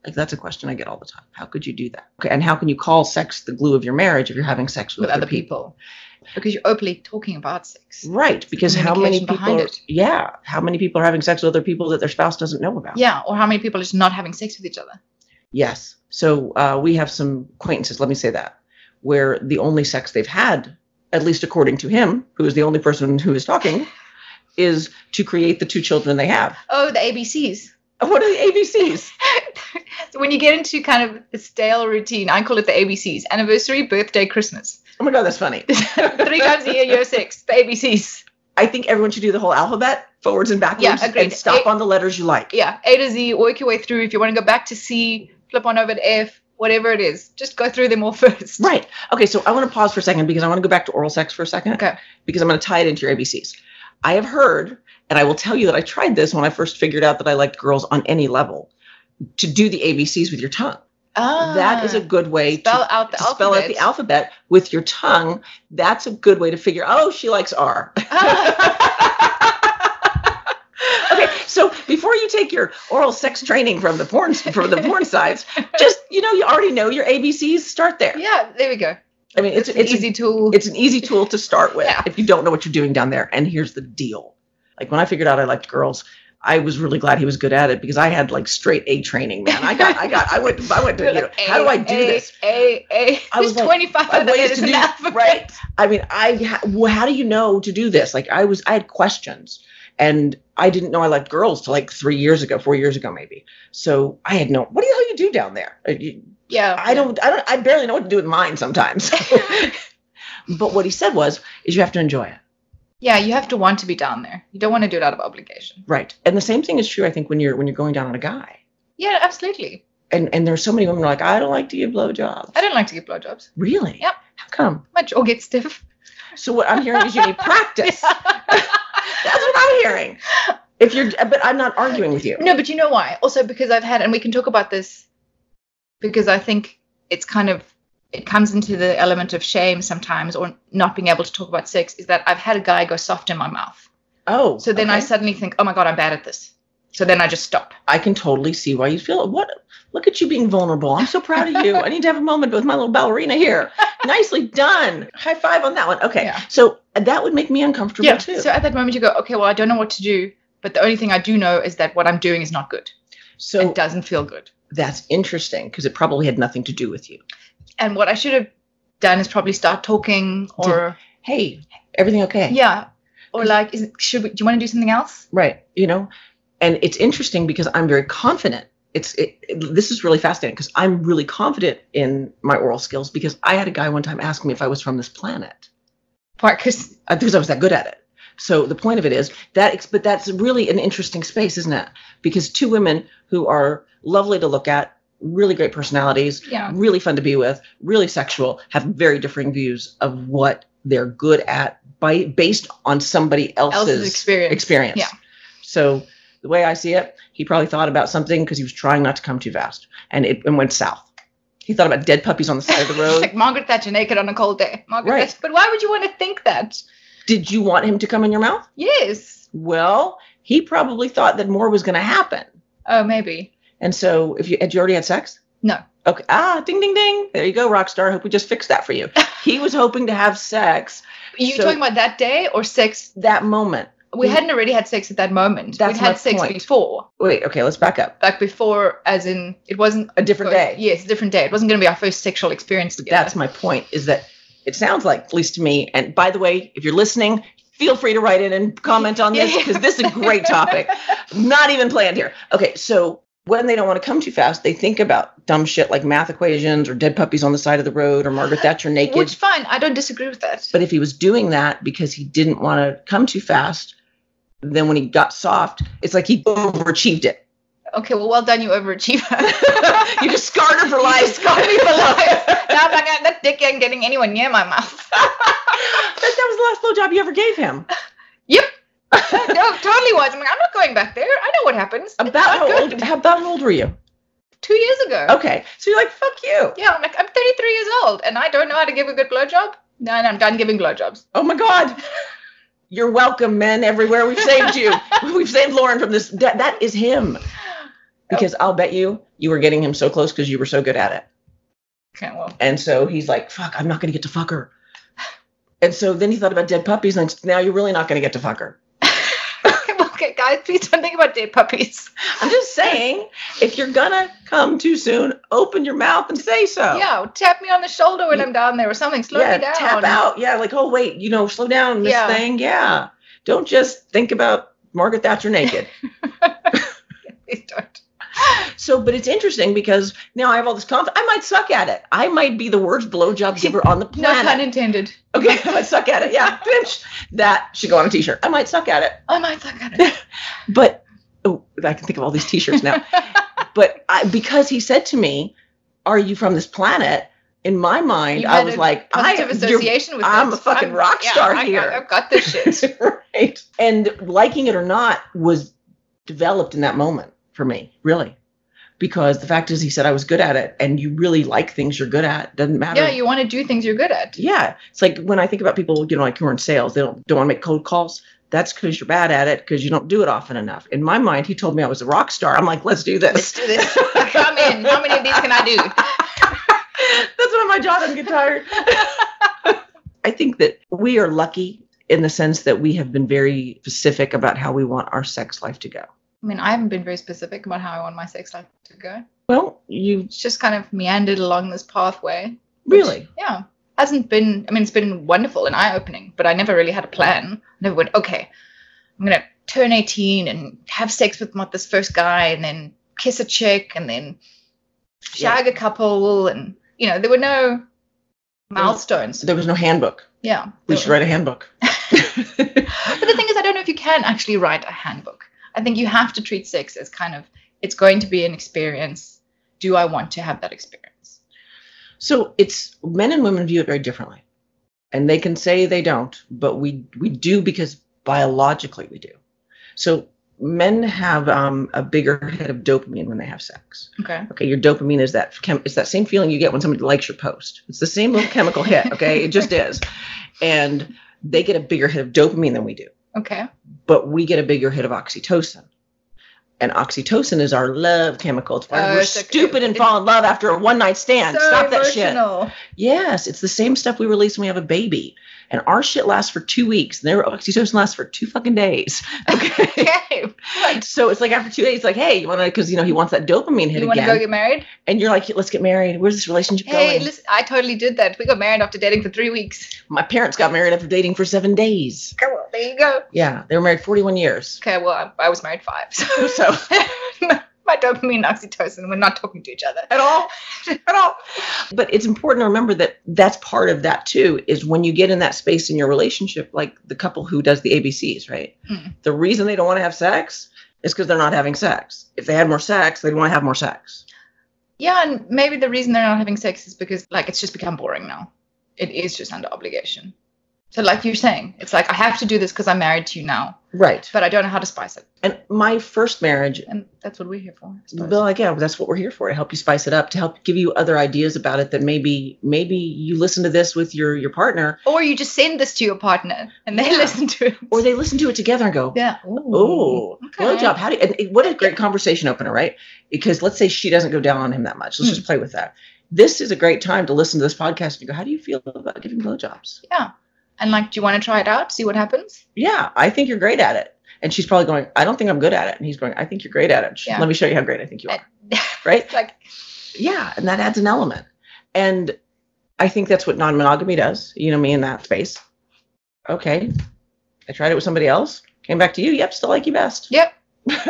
[SPEAKER 2] Like that's a question I get all the time. How could you do that? Okay, and how can you call sex the glue of your marriage if you're having sex with,
[SPEAKER 1] with other people. Because you're openly talking about sex.
[SPEAKER 2] Right, because how many
[SPEAKER 1] communication
[SPEAKER 2] people?
[SPEAKER 1] behind it.
[SPEAKER 2] Yeah, how many people are having sex with other people that their spouse doesn't know about?
[SPEAKER 1] Yeah, or how many people are just not having sex with each other?
[SPEAKER 2] Yes. So uh, we have some acquaintances, let me say that, where the only sex they've had, at least according to him, who is the only person who is talking, is to create the two children they have.
[SPEAKER 1] Oh, the ABCs.
[SPEAKER 2] What are the ABCs?
[SPEAKER 1] So when you get into kind of a stale routine, I call it the ABCs: anniversary, birthday, Christmas.
[SPEAKER 2] Oh my God, that's funny.
[SPEAKER 1] Three times a year, year six, the ABCs.
[SPEAKER 2] I think everyone should do the whole alphabet forwards and backwards
[SPEAKER 1] Yeah, agreed.
[SPEAKER 2] and stop
[SPEAKER 1] A-
[SPEAKER 2] on the letters you like.
[SPEAKER 1] Yeah, A to Z. Work your way through. If you want to go back to C, flip on over to F. Whatever it is, just go through them all first.
[SPEAKER 2] Right. Okay, so I want to pause for a second because I want to go back to oral sex for a second.
[SPEAKER 1] Okay.
[SPEAKER 2] Because I'm going to tie it into your ABCs. I have heard, and I will tell you that I tried this when I first figured out that I liked girls on any level, to do the ABCs with your tongue.
[SPEAKER 1] Ah,
[SPEAKER 2] that is a good way to,
[SPEAKER 1] spell out the
[SPEAKER 2] to
[SPEAKER 1] alphabet.
[SPEAKER 2] spell out the alphabet with your tongue. That's a good way to figure. Oh, she likes R. okay, so before you take your oral sex training from the porn from the porn sites, just you know you already know your ABCs. Start there.
[SPEAKER 1] yeah, there we go.
[SPEAKER 2] I mean, it's
[SPEAKER 1] It's an
[SPEAKER 2] it's a-
[SPEAKER 1] easy tool.
[SPEAKER 2] it's an easy tool to start with
[SPEAKER 1] Yeah.
[SPEAKER 2] if you don't know what you're doing down there. And here's the deal. Like when I figured out I liked girls, I was really glad he was good at it because I had like straight A training, man. I got I got I went I went to you know, how do I do this?
[SPEAKER 1] A A.
[SPEAKER 2] I was
[SPEAKER 1] There's
[SPEAKER 2] like,
[SPEAKER 1] 25
[SPEAKER 2] I have
[SPEAKER 1] other
[SPEAKER 2] ways
[SPEAKER 1] letters
[SPEAKER 2] to
[SPEAKER 1] in
[SPEAKER 2] do
[SPEAKER 1] the alphabet.
[SPEAKER 2] right. I mean, I ha- well, how do you know to do this? Like I was I had questions and I didn't know I liked girls till like 3 years ago, 4 years ago maybe. So I had no what do you how do you do down there? Uh, you-
[SPEAKER 1] Yeah.
[SPEAKER 2] I don't I don't I barely know what to do with mine sometimes. but what he said was is you have to enjoy it.
[SPEAKER 1] Yeah, you have to want to be down there. You don't want to do it out of obligation.
[SPEAKER 2] Right. And the same thing is true, I think, when you're when you're going down on a guy.
[SPEAKER 1] Yeah, absolutely.
[SPEAKER 2] And and there's so many women who are like, I don't like to give blowjobs.
[SPEAKER 1] I don't like to give blowjobs.
[SPEAKER 2] Really?
[SPEAKER 1] Yep.
[SPEAKER 2] How come?
[SPEAKER 1] My jaw gets stiff.
[SPEAKER 2] So what I'm hearing is you need practice. That's what I'm hearing. If you're but I'm not arguing with you.
[SPEAKER 1] No, but you know why? Also because I've had, and we can talk about this, because I think it's kind of it comes into the element of shame sometimes, or not being able to talk about sex. Is that I've had a guy go soft in my mouth,
[SPEAKER 2] Oh.
[SPEAKER 1] so then I
[SPEAKER 2] okay.
[SPEAKER 1] suddenly think, oh my god, I'm bad at this. So then I just stop.
[SPEAKER 2] I can totally see why you feel what look at you being vulnerable. I'm so proud of you. I need to have a moment with my little ballerina here. Nicely done. High five on that one. Okay.
[SPEAKER 1] Yeah.
[SPEAKER 2] So uh, that would make me uncomfortable too.
[SPEAKER 1] So at that moment you go, okay, well I don't know what to do, but the only thing I do know is that what I'm doing is not good.
[SPEAKER 2] so
[SPEAKER 1] it doesn't feel good.
[SPEAKER 2] that's interesting because it probably had nothing to do with you.
[SPEAKER 1] and what I should have done is probably start talking or
[SPEAKER 2] Hey, everything okay?
[SPEAKER 1] yeah, or like, is, should we, do you want to do something else?
[SPEAKER 2] Right. You know, and it's interesting because I'm very confident. It's it, it- this is really fascinating because I'm really confident in my oral skills because I had a guy one time ask me if I was from this planet
[SPEAKER 1] Part because
[SPEAKER 2] uh, because I was that good at it. So the point of it is that, ex- but that's really an interesting space, isn't it? Because two women who are lovely to look at, really great personalities,
[SPEAKER 1] yeah,
[SPEAKER 2] really fun to be with, really sexual, have very differing views of what they're good at by based on somebody
[SPEAKER 1] else's
[SPEAKER 2] else's
[SPEAKER 1] experience.
[SPEAKER 2] experience.
[SPEAKER 1] Yeah.
[SPEAKER 2] So the way I see it, he probably thought about something because he was trying not to come too fast, and it and went south. He thought about dead puppies on the side of the road.
[SPEAKER 1] like Margaret Thatcher naked on a cold day. Margaret
[SPEAKER 2] Right.
[SPEAKER 1] Thatcher, but why would you want to think that?
[SPEAKER 2] Did you want him to come in your mouth?
[SPEAKER 1] Yes.
[SPEAKER 2] Well, he probably thought that more was going to happen.
[SPEAKER 1] Oh, maybe.
[SPEAKER 2] And so, if you had you already had sex?
[SPEAKER 1] No.
[SPEAKER 2] Okay. Ah, ding, ding, ding. There you go, rock star. Hope we just fixed that for you. he was hoping to have sex
[SPEAKER 1] Are you
[SPEAKER 2] So-
[SPEAKER 1] talking about that day or sex?
[SPEAKER 2] that moment.
[SPEAKER 1] We
[SPEAKER 2] Mm.
[SPEAKER 1] hadn't already had sex at that moment.
[SPEAKER 2] That's
[SPEAKER 1] We'd
[SPEAKER 2] my
[SPEAKER 1] had sex
[SPEAKER 2] point.
[SPEAKER 1] before.
[SPEAKER 2] Wait. Okay. Let's back up.
[SPEAKER 1] Like before, as in it wasn't
[SPEAKER 2] A different day.
[SPEAKER 1] Yes, a different day. It wasn't going to be our first sexual experience together.
[SPEAKER 2] That's my point is that it sounds like, at least to me, and by the way, if you're listening, feel free to write in and comment on this because this is a great topic. Not even planned here. Okay, so when they don't want to come too fast, they think about dumb shit like math equations or dead puppies on the side of the road or Margaret Thatcher naked.
[SPEAKER 1] Which fine, I don't disagree with that.
[SPEAKER 2] but if he was doing that because he didn't want to come too fast, then when he got soft, it's like he overachieved it.
[SPEAKER 1] Okay, well, well done, you overachiever.
[SPEAKER 2] you just scarred her for
[SPEAKER 1] You
[SPEAKER 2] life.
[SPEAKER 1] just scarred me for life. now I'm not gonna, that dick ain't getting anywhere near my mouth.
[SPEAKER 2] That, that was the last blowjob you ever gave him.
[SPEAKER 1] no, totally was. I'm like, I'm not going back there. I know what happens. It's
[SPEAKER 2] About
[SPEAKER 1] not
[SPEAKER 2] how
[SPEAKER 1] good.
[SPEAKER 2] old? How about how old were you?
[SPEAKER 1] Two years ago.
[SPEAKER 2] Okay, so you're like, fuck you.
[SPEAKER 1] Yeah, I'm like, I'm 33 years old and I don't know how to give a good blowjob. No, no, I'm done giving blowjobs.
[SPEAKER 2] Oh my god, You're welcome, men everywhere. We've saved you. We've saved Lauren from this. That, that is him. Because I'll bet you, you were getting him so close because you were so good at it.
[SPEAKER 1] Okay, well,
[SPEAKER 2] And so he's like, fuck, I'm not going to get to fuck her. And so then he thought about dead puppies, and now you're really not going to get to fuck her.
[SPEAKER 1] okay, guys, please don't think about dead puppies.
[SPEAKER 2] I'm just saying, if you're going to come too soon, open your mouth and say so.
[SPEAKER 1] Yeah, tap me on the shoulder when
[SPEAKER 2] Yeah.
[SPEAKER 1] I'm down there or something. Slow
[SPEAKER 2] Oh. yeah,
[SPEAKER 1] me down.
[SPEAKER 2] tap out. Yeah, like, oh, wait, you know, slow down this
[SPEAKER 1] Yeah.
[SPEAKER 2] thing. Yeah. Don't just think about Margaret Thatcher naked.
[SPEAKER 1] Please don't.
[SPEAKER 2] so, but it's interesting because now I have all this confidence. I might suck at it. I might be the worst blowjob giver on the
[SPEAKER 1] No
[SPEAKER 2] planet.
[SPEAKER 1] pun intended.
[SPEAKER 2] Okay, I might suck at it. Yeah, bitch. That should go on a t shirt. I might suck at it.
[SPEAKER 1] I might suck at it.
[SPEAKER 2] But oh, I can think of all these t shirts now. but I, because he said to me, Are you from this planet? In my mind,
[SPEAKER 1] You
[SPEAKER 2] I
[SPEAKER 1] had
[SPEAKER 2] was
[SPEAKER 1] a
[SPEAKER 2] like, I,
[SPEAKER 1] Positive
[SPEAKER 2] you're
[SPEAKER 1] association with
[SPEAKER 2] I'm
[SPEAKER 1] this.
[SPEAKER 2] a fucking rock star
[SPEAKER 1] I got-
[SPEAKER 2] here.
[SPEAKER 1] I've got this shit.
[SPEAKER 2] right. And liking it or not was developed in that moment for me, really. Because the fact is, he said I was good at it, and you really like things you're good at. Doesn't matter.
[SPEAKER 1] yeah, you want to do things you're good at.
[SPEAKER 2] yeah. It's like when I think about people, you know, like who are in sales, they don't don't want to make cold calls. That's because you're bad at it, because you don't do it often enough. In my mind, he told me I was a rock star. I'm like, let's do
[SPEAKER 1] Let's do
[SPEAKER 2] this.
[SPEAKER 1] this. Come in. How many of these can I do?
[SPEAKER 2] That's why my jaw doesn't get tired. I think that we are lucky in the sense that we have been very specific about how we want our sex life to go.
[SPEAKER 1] I mean, I haven't been very specific about how I want my sex life to go.
[SPEAKER 2] Well, you
[SPEAKER 1] It's just kind of meandered along this pathway.
[SPEAKER 2] really
[SPEAKER 1] Yeah. Hasn't been, I mean, it's been wonderful and eye opening, but I never really had a plan. I never went, okay, I'm going to turn 18 and have sex with my, this first guy and then kiss a chick and then shag a couple. And, you know, there were no milestones.
[SPEAKER 2] there was no handbook.
[SPEAKER 1] Yeah.
[SPEAKER 2] We should write a handbook.
[SPEAKER 1] But the thing is, I don't know if you can actually write a handbook. I think you have to treat sex as kind of it's going to be an experience. Do I want to have that experience?
[SPEAKER 2] so it's men and women view it very differently, and they can say they don't, but we we do because biologically we do. So men have um, a bigger hit of dopamine when they have sex.
[SPEAKER 1] Okay.
[SPEAKER 2] Okay, your dopamine is that chem- it's that same feeling you get when somebody likes your post. It's the same little chemical hit. Okay, it just is, and they get a bigger hit of dopamine than we do.
[SPEAKER 1] Okay.
[SPEAKER 2] but we get a bigger hit of oxytocin. And oxytocin is our love chemical. It's why
[SPEAKER 1] Oh,
[SPEAKER 2] we're
[SPEAKER 1] it's okay.
[SPEAKER 2] stupid and fall in love after a one night stand. Stop that shit.
[SPEAKER 1] shit.
[SPEAKER 2] Yes, it's the same stuff we release when we have a baby. And our shit lasts for two weeks. And their oxytocin lasts for two fucking days. Okay.
[SPEAKER 1] Okay. Right.
[SPEAKER 2] so it's like after two days, like, hey, you want to, because, you know, he wants that dopamine hit
[SPEAKER 1] You want to
[SPEAKER 2] again.
[SPEAKER 1] go get married?
[SPEAKER 2] and you're like, let's get married. Where's this relationship
[SPEAKER 1] Hey,
[SPEAKER 2] going?
[SPEAKER 1] listen, I totally did that. We got married after dating for three weeks.
[SPEAKER 2] My parents got married after dating for seven days.
[SPEAKER 1] Okay, well, there you go.
[SPEAKER 2] Yeah, they were married 41 years.
[SPEAKER 1] Okay, well, I, I was married five. So
[SPEAKER 2] So.
[SPEAKER 1] my dopamine and oxytocin, we're not talking to each other.
[SPEAKER 2] at all at all but it's important to remember that that's part of that too is when you get in that space in your relationship like the couple who does the abcs right
[SPEAKER 1] Mm.
[SPEAKER 2] the reason they don't want to have sex is because they're not having sex if they had more sex they'd want to have more sex
[SPEAKER 1] Yeah, and maybe the reason they're not having sex is because like it's just become boring now. It is just under obligation. So like you're saying, it's like I have to do this because I'm married to you now,
[SPEAKER 2] right
[SPEAKER 1] but I don't know how to spice it,
[SPEAKER 2] and my first marriage
[SPEAKER 1] and that's what we're here for. I suppose.
[SPEAKER 2] Bill, like, yeah, that's what we're here for to help you spice it up, to help give you other ideas about it that maybe maybe you listen to this with your your partner,
[SPEAKER 1] or you just send this to your partner and they
[SPEAKER 2] Yeah.
[SPEAKER 1] listen to it.
[SPEAKER 2] or they listen to it together and go,
[SPEAKER 1] yeah.
[SPEAKER 2] Oh,
[SPEAKER 1] Okay.
[SPEAKER 2] blow job. How do you, and it- what a great conversation opener, right? Because let's say she doesn't go down on him that much. Let's
[SPEAKER 1] Hmm.
[SPEAKER 2] just play with that. This is a great time to listen to this podcast and go, how do you feel about giving blowjobs?
[SPEAKER 1] And like, do you want to try it out? See what happens.
[SPEAKER 2] Yeah, I think you're great at it. And she's probably going, I don't think I'm good at it. And he's going, I think you're great at it. She-
[SPEAKER 1] Yeah.
[SPEAKER 2] Let me show you how great I think you are.
[SPEAKER 1] it's
[SPEAKER 2] Right?
[SPEAKER 1] like,
[SPEAKER 2] Yeah. And that adds an element. And I think that's what non monogamy does, you know, me in that space. Okay. I tried it with somebody else, came back to you. Yep, still like you best.
[SPEAKER 1] yep.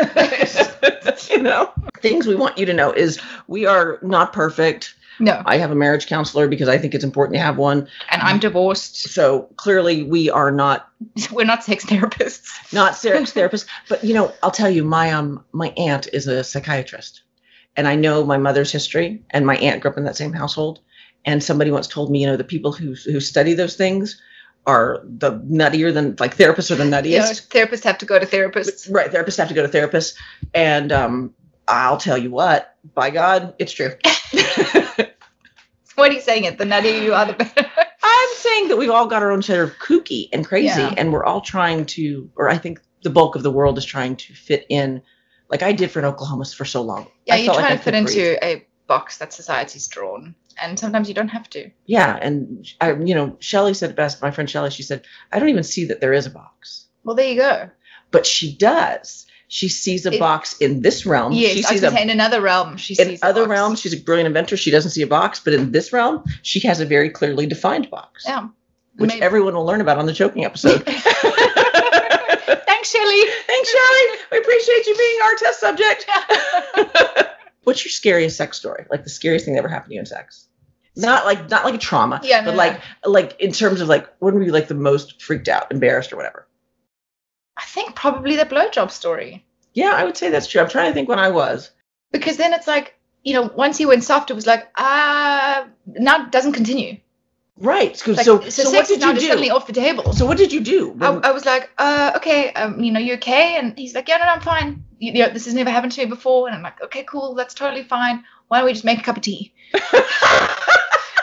[SPEAKER 2] you know things we want you to know is we are not perfect
[SPEAKER 1] No,
[SPEAKER 2] i have a marriage counselor because i think it's important to have one
[SPEAKER 1] and I'm divorced.
[SPEAKER 2] so clearly we are not
[SPEAKER 1] We're not sex therapists.
[SPEAKER 2] not sex therapists but you know i'll tell you my um my aunt is a psychiatrist and i know my mother's history and my aunt grew up in that same household and somebody once told me you know the people who who study those things are the nuttier than like therapists are the nuttiest
[SPEAKER 1] You know, therapists have to go to therapists.
[SPEAKER 2] Right, therapists have to go to therapists, and um, I'll tell you what, by God, it's true.
[SPEAKER 1] What are you saying? It the nuttier you are, the better.
[SPEAKER 2] I'm saying that we've all got our own share of kooky and crazy,
[SPEAKER 1] Yeah.
[SPEAKER 2] and we're all trying to, or I think the bulk of the world is trying to fit in, like I did for an Oklahoma's for so long.
[SPEAKER 1] Yeah,
[SPEAKER 2] I
[SPEAKER 1] you're
[SPEAKER 2] felt like
[SPEAKER 1] trying
[SPEAKER 2] I
[SPEAKER 1] to fit
[SPEAKER 2] could breathe.
[SPEAKER 1] into a box that society's drawn, and sometimes you don't have to.
[SPEAKER 2] Yeah, and I, you know, Shelley said it best. My friend Shelley, she said, "I don't even see that there is a box,
[SPEAKER 1] Well, there you go.
[SPEAKER 2] but she does. She sees a
[SPEAKER 1] It-
[SPEAKER 2] box in this realm.
[SPEAKER 1] Yes,
[SPEAKER 2] she
[SPEAKER 1] I was
[SPEAKER 2] sees
[SPEAKER 1] gonna
[SPEAKER 2] a
[SPEAKER 1] say in another realm, she
[SPEAKER 2] in
[SPEAKER 1] sees the
[SPEAKER 2] other
[SPEAKER 1] box.
[SPEAKER 2] realms, she's a brilliant inventor. She doesn't see a box, but in this realm, she has a very clearly defined box,
[SPEAKER 1] Yeah.
[SPEAKER 2] which
[SPEAKER 1] Maybe-
[SPEAKER 2] everyone will learn about on the choking episode. Thanks,
[SPEAKER 1] Thanks, Shelley.
[SPEAKER 2] Shelly. We appreciate you being our test subject. What's your scariest sex story? Like the scariest thing that ever happened to you in sex? Not like not like a trauma,
[SPEAKER 1] Yeah, no,
[SPEAKER 2] but
[SPEAKER 1] no,
[SPEAKER 2] like like in terms of like when were you like the most freaked out, embarrassed, or whatever?
[SPEAKER 1] I think probably the blowjob story.
[SPEAKER 2] Yeah, I would say that's true. I'm trying to think when I was.
[SPEAKER 1] Because then it's like, you know, once he went soft, it was like, ah, now it doesn't continue.
[SPEAKER 2] Right. So
[SPEAKER 1] Like,
[SPEAKER 2] so, so what
[SPEAKER 1] sex is
[SPEAKER 2] did
[SPEAKER 1] now
[SPEAKER 2] you
[SPEAKER 1] just
[SPEAKER 2] do?
[SPEAKER 1] suddenly off the table.
[SPEAKER 2] so what did you do?
[SPEAKER 1] I,
[SPEAKER 2] when-
[SPEAKER 1] I was like, uh, okay, um, you know, you okay? And he's like, yeah, no, no, I'm fine. You, you know, this has never happened to me before. And I'm like, okay, cool, that's totally fine. Why don't we just make a cup of tea?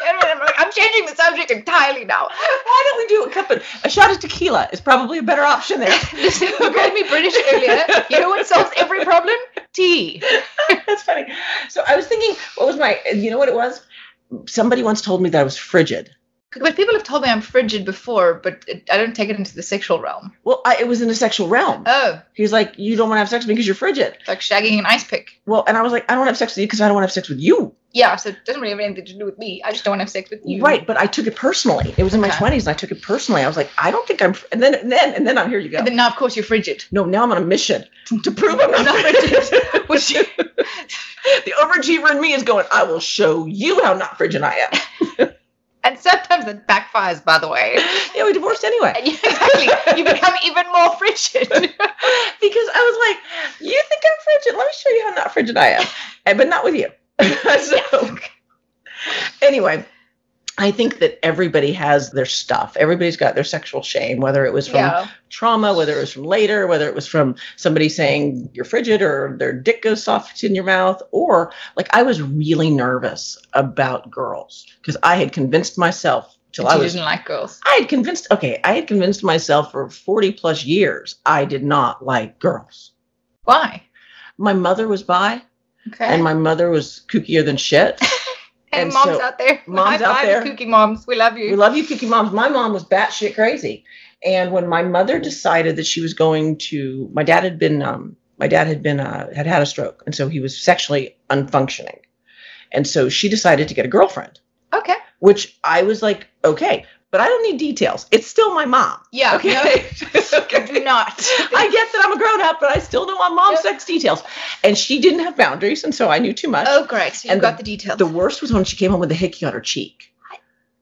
[SPEAKER 1] And I'm like, I'm changing the subject entirely now.
[SPEAKER 2] Why don't we do a cup of a shot of tequila? Is probably a better option there.
[SPEAKER 1] Listen, you called me British earlier. You know what solves every problem? Tea.
[SPEAKER 2] That's funny. So I was thinking, what was my? You know what it was? Somebody once told me that I was frigid.
[SPEAKER 1] But people have told me I'm frigid before, but it, I don't take it into the sexual realm.
[SPEAKER 2] Well, I, it was in a sexual realm.
[SPEAKER 1] Oh,
[SPEAKER 2] He's like, you don't want to have sex with me because you're frigid.
[SPEAKER 1] it's like shagging an ice pick.
[SPEAKER 2] Well, and I was like, I don't want to have sex with you because I don't want to have sex with you.
[SPEAKER 1] Yeah, so it doesn't really have anything to do with me. I just don't want to have sex with you.
[SPEAKER 2] Right, but I took it personally. It was in my
[SPEAKER 1] Okay.
[SPEAKER 2] twenties, and I took it personally. I was like, I don't think I'm. fr- And then, and then, and then I'm here. You go.
[SPEAKER 1] And then now, of course, you're frigid.
[SPEAKER 2] no, now I'm on a mission to prove I'm not
[SPEAKER 1] Not
[SPEAKER 2] frigid.
[SPEAKER 1] Which
[SPEAKER 2] the overachiever in me is going. I will show you how not frigid I am.
[SPEAKER 1] And sometimes it backfires, by the way.
[SPEAKER 2] yeah, we divorced anyway.
[SPEAKER 1] And you, exactly, you become even more frigid.
[SPEAKER 2] because I was like, "You think I'm frigid? Let me show you how not frigid I am," and, but not with you. so, anyway, I think that everybody has their stuff. Everybody's got their sexual shame, whether it was from
[SPEAKER 1] yeah.
[SPEAKER 2] trauma, whether it was from later, whether it was from somebody saying you're frigid or their dick goes soft in your mouth, or like I was really nervous about girls because I had convinced myself till
[SPEAKER 1] But
[SPEAKER 2] I
[SPEAKER 1] you
[SPEAKER 2] was
[SPEAKER 1] didn't like girls.
[SPEAKER 2] I had convinced, okay, I had convinced myself for 40 plus years I did not like girls.
[SPEAKER 1] Why?
[SPEAKER 2] My mother was bi,
[SPEAKER 1] Okay.
[SPEAKER 2] and my mother was kookier than shit.
[SPEAKER 1] Hey,
[SPEAKER 2] and
[SPEAKER 1] moms
[SPEAKER 2] so-
[SPEAKER 1] out there.
[SPEAKER 2] moms
[SPEAKER 1] High
[SPEAKER 2] out
[SPEAKER 1] five
[SPEAKER 2] there.
[SPEAKER 1] to Kooky moms. We love you.
[SPEAKER 2] we love you, kooky moms. My mom was batshit crazy. And when my mother decided that she was going to, my dad had been, um, my dad had been, uh, had had a stroke, and so he was sexually unfunctioning. And so she decided to get a girlfriend,
[SPEAKER 1] okay.
[SPEAKER 2] which I was like, okay, but I don't need details. It's still my mom.
[SPEAKER 1] Yeah.
[SPEAKER 2] Okay.
[SPEAKER 1] No, do not.
[SPEAKER 2] I get that I'm a grown up, but I still don't want mom's sex details. And she didn't have boundaries, and so I knew too much.
[SPEAKER 1] oh, great. So you
[SPEAKER 2] And
[SPEAKER 1] got the, details.
[SPEAKER 2] The worst was when she came home with a hickey on her cheek.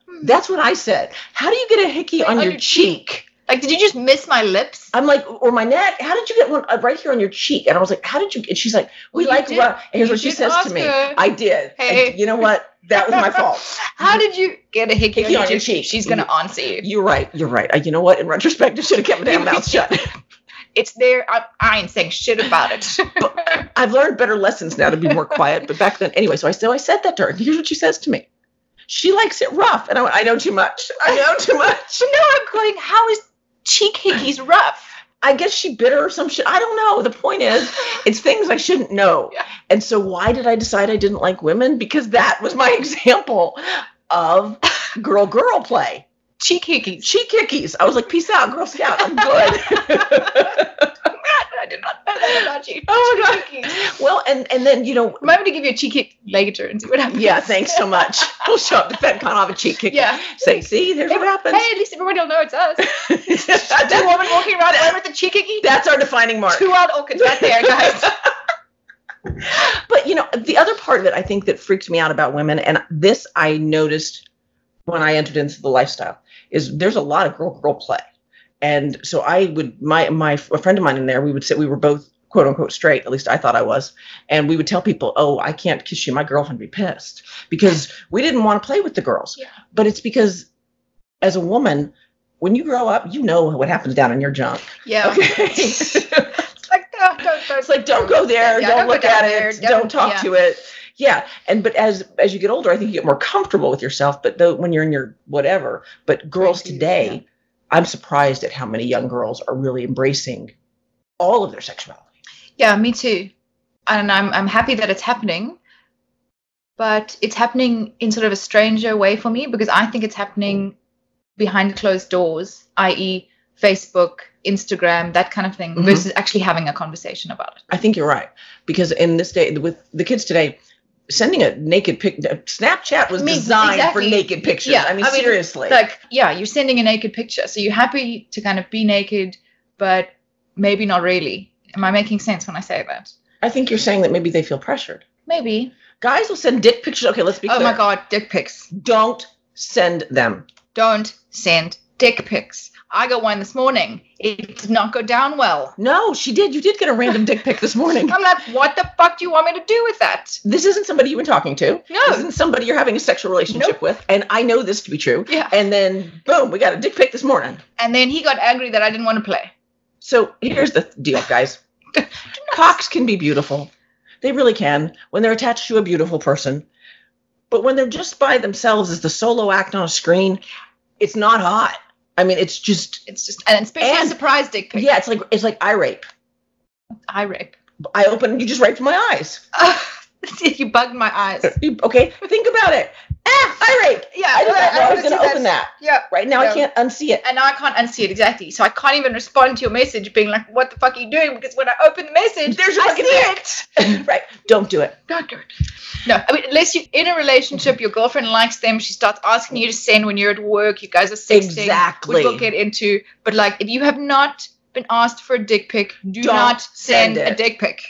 [SPEAKER 1] Hmm.
[SPEAKER 2] That's what I said. How do you get a hickey
[SPEAKER 1] Like,
[SPEAKER 2] on,
[SPEAKER 1] on
[SPEAKER 2] your,
[SPEAKER 1] your
[SPEAKER 2] cheek?
[SPEAKER 1] like, did you just miss my lips?
[SPEAKER 2] I'm like, or my neck. How did you get one uh, right here on your cheek? And I was like, how did you? And she's like, we
[SPEAKER 1] You
[SPEAKER 2] like
[SPEAKER 1] did-
[SPEAKER 2] rough. And here's
[SPEAKER 1] you
[SPEAKER 2] what she
[SPEAKER 1] did
[SPEAKER 2] says to
[SPEAKER 1] ask
[SPEAKER 2] me.
[SPEAKER 1] her.
[SPEAKER 2] I did. And
[SPEAKER 1] Hey.
[SPEAKER 2] you know what? That was my fault.
[SPEAKER 1] How did you get a hickey,
[SPEAKER 2] Hickey
[SPEAKER 1] on,
[SPEAKER 2] on
[SPEAKER 1] your
[SPEAKER 2] your
[SPEAKER 1] cheek?
[SPEAKER 2] cheek.
[SPEAKER 1] She's going to answer you.
[SPEAKER 2] You're right. You're right. Uh, you know what? In retrospect, I should have kept my damn mouth shut.
[SPEAKER 1] It's there. I, I ain't saying shit about it.
[SPEAKER 2] I've learned better lessons now to be more quiet. But back then, anyway, so I so I said that to her. And here's what she says to me. She likes it rough. And I went, I know too much. I know too much.
[SPEAKER 1] But now I'm going, how is cheek hickeys rough?
[SPEAKER 2] I guess she bit her or some shit. I don't know. The point is, it's things I shouldn't know.
[SPEAKER 1] Yeah.
[SPEAKER 2] And so why did I decide I didn't like women? Because that was my example of girl girl play.
[SPEAKER 1] Cheek hickeys.
[SPEAKER 2] She kickies. I was like, peace out, Girl Scout. I'm good.
[SPEAKER 1] I did not know that about you.
[SPEAKER 2] Oh my
[SPEAKER 1] Cheek hickeys.
[SPEAKER 2] well, and and then you know,
[SPEAKER 1] Remember to give you a cheek kick later and see what happens.
[SPEAKER 2] yeah, thanks so much. We'll show up to FedCon, I'll have a cheek kick.
[SPEAKER 1] Yeah.
[SPEAKER 2] Say, see, there's what happens.
[SPEAKER 1] Hey, at least everybody will know it's us. Two
[SPEAKER 2] That-
[SPEAKER 1] women walking around, one with the cheek hickey.
[SPEAKER 2] that's our defining mark.
[SPEAKER 1] Two wild orchids right there, guys.
[SPEAKER 2] But you know, the other part of it I think that freaked me out about women, and this I noticed when I entered into the lifestyle, is there's a lot of girl girl play. And so I would my my a friend of mine in there, we would sit, we were both quote unquote straight, at least I thought I was, and we would tell people, Oh, I can't kiss you, my girlfriend would be pissed. Because we didn't want to play with the girls.
[SPEAKER 1] Yeah.
[SPEAKER 2] But it's because as a woman, when you grow up, you know what happens down in your junk.
[SPEAKER 1] Yeah.
[SPEAKER 2] Okay.
[SPEAKER 1] It's like, uh, don't, don't, don't.
[SPEAKER 2] It's like, don't go there.
[SPEAKER 1] Yeah,
[SPEAKER 2] don't,
[SPEAKER 1] don't go
[SPEAKER 2] look
[SPEAKER 1] down
[SPEAKER 2] at
[SPEAKER 1] there,
[SPEAKER 2] it.
[SPEAKER 1] don't-
[SPEAKER 2] Don't, talk
[SPEAKER 1] yeah.
[SPEAKER 2] to it. yeah and but as as you get older i think you get more comfortable with yourself but though when you're in your whatever but girls
[SPEAKER 1] Twenties,
[SPEAKER 2] today
[SPEAKER 1] yeah.
[SPEAKER 2] i'm surprised at how many young girls are really embracing all of their sexuality
[SPEAKER 1] Yeah, me too. And I'm I'm happy that it's happening, but it's happening in sort of a stranger way for me because I think it's happening behind closed doors, i.e., Facebook, Instagram, that kind of thing,
[SPEAKER 2] Mhm.
[SPEAKER 1] versus actually having a conversation about it.
[SPEAKER 2] i think you're right because in this day with the kids today sending a naked pic uh, snapchat was
[SPEAKER 1] Me-
[SPEAKER 2] designed for
[SPEAKER 1] exactly.
[SPEAKER 2] naked pictures
[SPEAKER 1] Yeah,
[SPEAKER 2] i mean
[SPEAKER 1] I mean,
[SPEAKER 2] seriously
[SPEAKER 1] Like, yeah, you're sending a naked picture, so you're happy to kind of be naked, but maybe not really. Am I making sense when I say that?
[SPEAKER 2] i think you're saying that maybe they feel pressured
[SPEAKER 1] Maybe.
[SPEAKER 2] guys will send dick pictures okay let's be
[SPEAKER 1] oh
[SPEAKER 2] clear
[SPEAKER 1] my god, dick pics.
[SPEAKER 2] don't send them
[SPEAKER 1] Don't send dick pics. I got one this morning. It did not go down well.
[SPEAKER 2] no she did you did get a random dick pic this morning
[SPEAKER 1] I'm like, what the fuck do you want me to do with that?
[SPEAKER 2] this isn't somebody you've been talking to. This
[SPEAKER 1] No.
[SPEAKER 2] isn't somebody you're having a sexual relationship
[SPEAKER 1] Oh. Nope.
[SPEAKER 2] with. And I know this to be true.
[SPEAKER 1] Yeah.
[SPEAKER 2] And then boom, we got a dick pic this morning.
[SPEAKER 1] And then he got angry that I didn't want to play.
[SPEAKER 2] So here's the deal, guys. Cocks can be beautiful. They really can when they're attached to a beautiful person. But when they're just by themselves as the solo act on a screen, it's not hot. I mean, it's just
[SPEAKER 1] It's just, and especially
[SPEAKER 2] And-
[SPEAKER 1] a surprise dick pic.
[SPEAKER 2] yeah, it's like it's like I rape.
[SPEAKER 1] I rape.
[SPEAKER 2] I open you just raped my eyes.
[SPEAKER 1] you bugged my eyes.
[SPEAKER 2] You- Okay, think about it. Ah, I rape.
[SPEAKER 1] Yeah,
[SPEAKER 2] I did that.
[SPEAKER 1] I
[SPEAKER 2] I, was
[SPEAKER 1] wanna
[SPEAKER 2] gonna
[SPEAKER 1] see
[SPEAKER 2] open that.
[SPEAKER 1] Yeah.
[SPEAKER 2] Right now, I
[SPEAKER 1] Yeah.
[SPEAKER 2] can't unsee it.
[SPEAKER 1] And now I can't unsee it exactly. So I can't even respond to your message being like, what the fuck are you doing? Because when I open the message,
[SPEAKER 2] There's your
[SPEAKER 1] I
[SPEAKER 2] fucking
[SPEAKER 1] see
[SPEAKER 2] dick. right. Don't do it.
[SPEAKER 1] Don't do it. No, I mean, unless you're in a relationship, your girlfriend likes them, she starts asking you to send when you're at work, you guys are sexting.
[SPEAKER 2] Exactly.
[SPEAKER 1] which we'll get into. But like, if you have not been asked for a dick pic, do
[SPEAKER 2] Don't
[SPEAKER 1] not send,
[SPEAKER 2] send it.
[SPEAKER 1] a dick pic.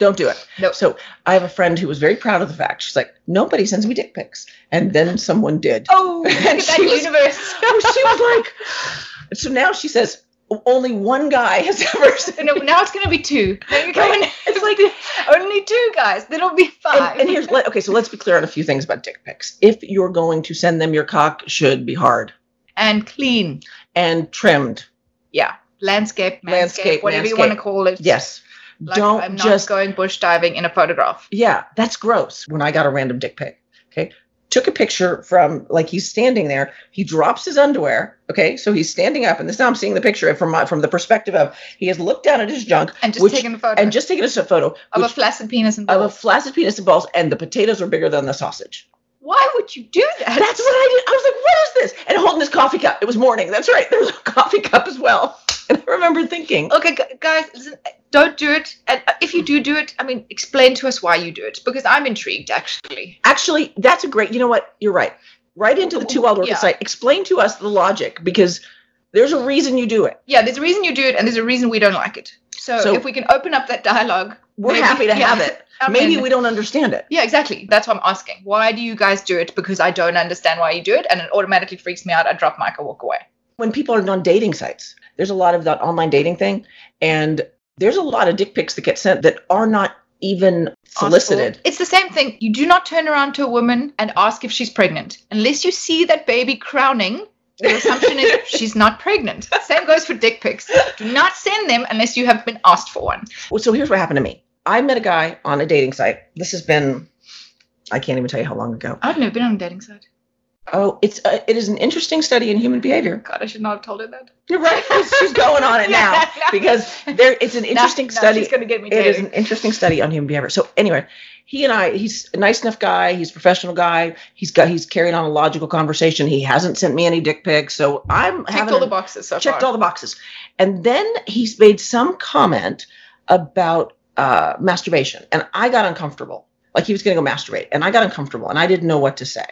[SPEAKER 2] Don't do it.
[SPEAKER 1] No.
[SPEAKER 2] So I have a friend who was very proud of the fact. She's like, nobody sends me dick pics. And then someone did.
[SPEAKER 1] Oh, look
[SPEAKER 2] And
[SPEAKER 1] at that
[SPEAKER 2] she was-
[SPEAKER 1] universe.
[SPEAKER 2] So she was like, so now she says, only one guy has ever sent.
[SPEAKER 1] And now it's gonna be two. Then you go in-
[SPEAKER 2] It's like,
[SPEAKER 1] only two guys. Then it'll be five.
[SPEAKER 2] and, and here's, let- okay, so let's be clear on a few things about dick pics. If you're going to send them, your cock should be hard
[SPEAKER 1] And clean.
[SPEAKER 2] and trimmed.
[SPEAKER 1] Yeah. Landscape,
[SPEAKER 2] Landscape,
[SPEAKER 1] landscape, whatever you want to
[SPEAKER 2] manscape.
[SPEAKER 1] call it.
[SPEAKER 2] Yes.
[SPEAKER 1] Like,
[SPEAKER 2] Don't
[SPEAKER 1] I'm not
[SPEAKER 2] just
[SPEAKER 1] going bush diving in a photograph.
[SPEAKER 2] Yeah, that's gross. When I got a random dick pic, okay, took a picture from like he's standing there. He drops his underwear. Okay, so he's standing up, and this now I'm seeing the picture from my from the perspective of he has looked down at his junk
[SPEAKER 1] And just
[SPEAKER 2] Which-
[SPEAKER 1] taking a photo
[SPEAKER 2] and just taken a s- photo
[SPEAKER 1] of a
[SPEAKER 2] which-
[SPEAKER 1] flaccid penis and
[SPEAKER 2] of a
[SPEAKER 1] balls.
[SPEAKER 2] flaccid penis and balls, and the potatoes are bigger than the sausage.
[SPEAKER 1] Why would you do that?
[SPEAKER 2] That's what I did. I was like, what is this? And holding his coffee cup. It was morning. That's right. There was a coffee cup as well. And I remember thinking,
[SPEAKER 1] Okay, gu- guys, listen, don't do it. And uh, if you do do it, I mean, explain to us why you do it because I'm intrigued, actually.
[SPEAKER 2] Actually, that's a great. You know what? You're right. Right into the two wild orchids
[SPEAKER 1] Yeah.
[SPEAKER 2] site. Explain to us the logic because there's a reason you do it.
[SPEAKER 1] Yeah, there's a reason you do it, and there's a reason we don't like it. So,
[SPEAKER 2] So-
[SPEAKER 1] if we can open up that dialogue,
[SPEAKER 2] We're
[SPEAKER 1] Maybe-
[SPEAKER 2] happy to
[SPEAKER 1] yeah.
[SPEAKER 2] have it.
[SPEAKER 1] I'm
[SPEAKER 2] Maybe
[SPEAKER 1] in.
[SPEAKER 2] we don't understand it.
[SPEAKER 1] Yeah, exactly. That's what I'm asking. Why do you guys do it? Because I don't understand why you do it, and it automatically freaks me out. I drop mic, I walk away.
[SPEAKER 2] When people are on dating sites, there's a lot of that online dating thing, and there's a lot of dick pics that get sent that are not even solicited.
[SPEAKER 1] It's the same thing. You do not turn around to a woman and ask if she's pregnant unless you see that baby crowning. The assumption is she's not pregnant. Same goes for dick pics. Do not send them unless you have been asked for one.
[SPEAKER 2] Well, so here's what happened to me. I met a guy on a dating site. This has been, I can't even tell you how long ago.
[SPEAKER 1] I've never been on a dating site.
[SPEAKER 2] Oh, it's uh, it is an interesting study in human behavior.
[SPEAKER 1] God, I should not have told her that.
[SPEAKER 2] You're right. She's going on it now. because there it's an interesting study
[SPEAKER 1] She's going to get me
[SPEAKER 2] it is
[SPEAKER 1] dating.
[SPEAKER 2] an interesting study on human behavior so anyway he and i he's a nice enough guy he's a professional guy he's got he's carried on a logical conversation he hasn't sent me any dick pics so i'm
[SPEAKER 1] Checked
[SPEAKER 2] having
[SPEAKER 1] all the
[SPEAKER 2] a-
[SPEAKER 1] boxes so
[SPEAKER 2] checked
[SPEAKER 1] far.
[SPEAKER 2] all the boxes and then he's made some comment about uh, masturbation and i got uncomfortable like he was going to go masturbate and i got uncomfortable and i didn't know what to say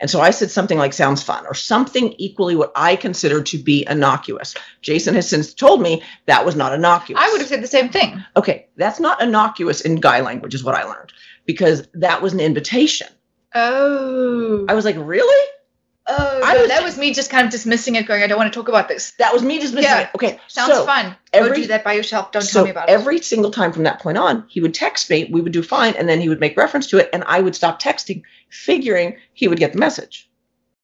[SPEAKER 2] and so i said something like sounds fun or something equally what i consider to be innocuous jason has since told me that was not innocuous
[SPEAKER 1] I would have said the same thing.
[SPEAKER 2] okay that's not innocuous in guy language is what i learned because that was an invitation
[SPEAKER 1] Oh.
[SPEAKER 2] i was like really
[SPEAKER 1] oh.
[SPEAKER 2] I
[SPEAKER 1] no,
[SPEAKER 2] was-
[SPEAKER 1] that was me just kind of dismissing it, going, I don't want to talk about this.
[SPEAKER 2] that was me just missing
[SPEAKER 1] Yeah.
[SPEAKER 2] it okay
[SPEAKER 1] Sounds
[SPEAKER 2] so,
[SPEAKER 1] fun. Go
[SPEAKER 2] every-
[SPEAKER 1] do that by yourself. Don't
[SPEAKER 2] so
[SPEAKER 1] tell me about it.
[SPEAKER 2] every single time from that point on, he would text me. We would do fine, and then he would make reference to it, and I would stop texting, figuring he would get the message.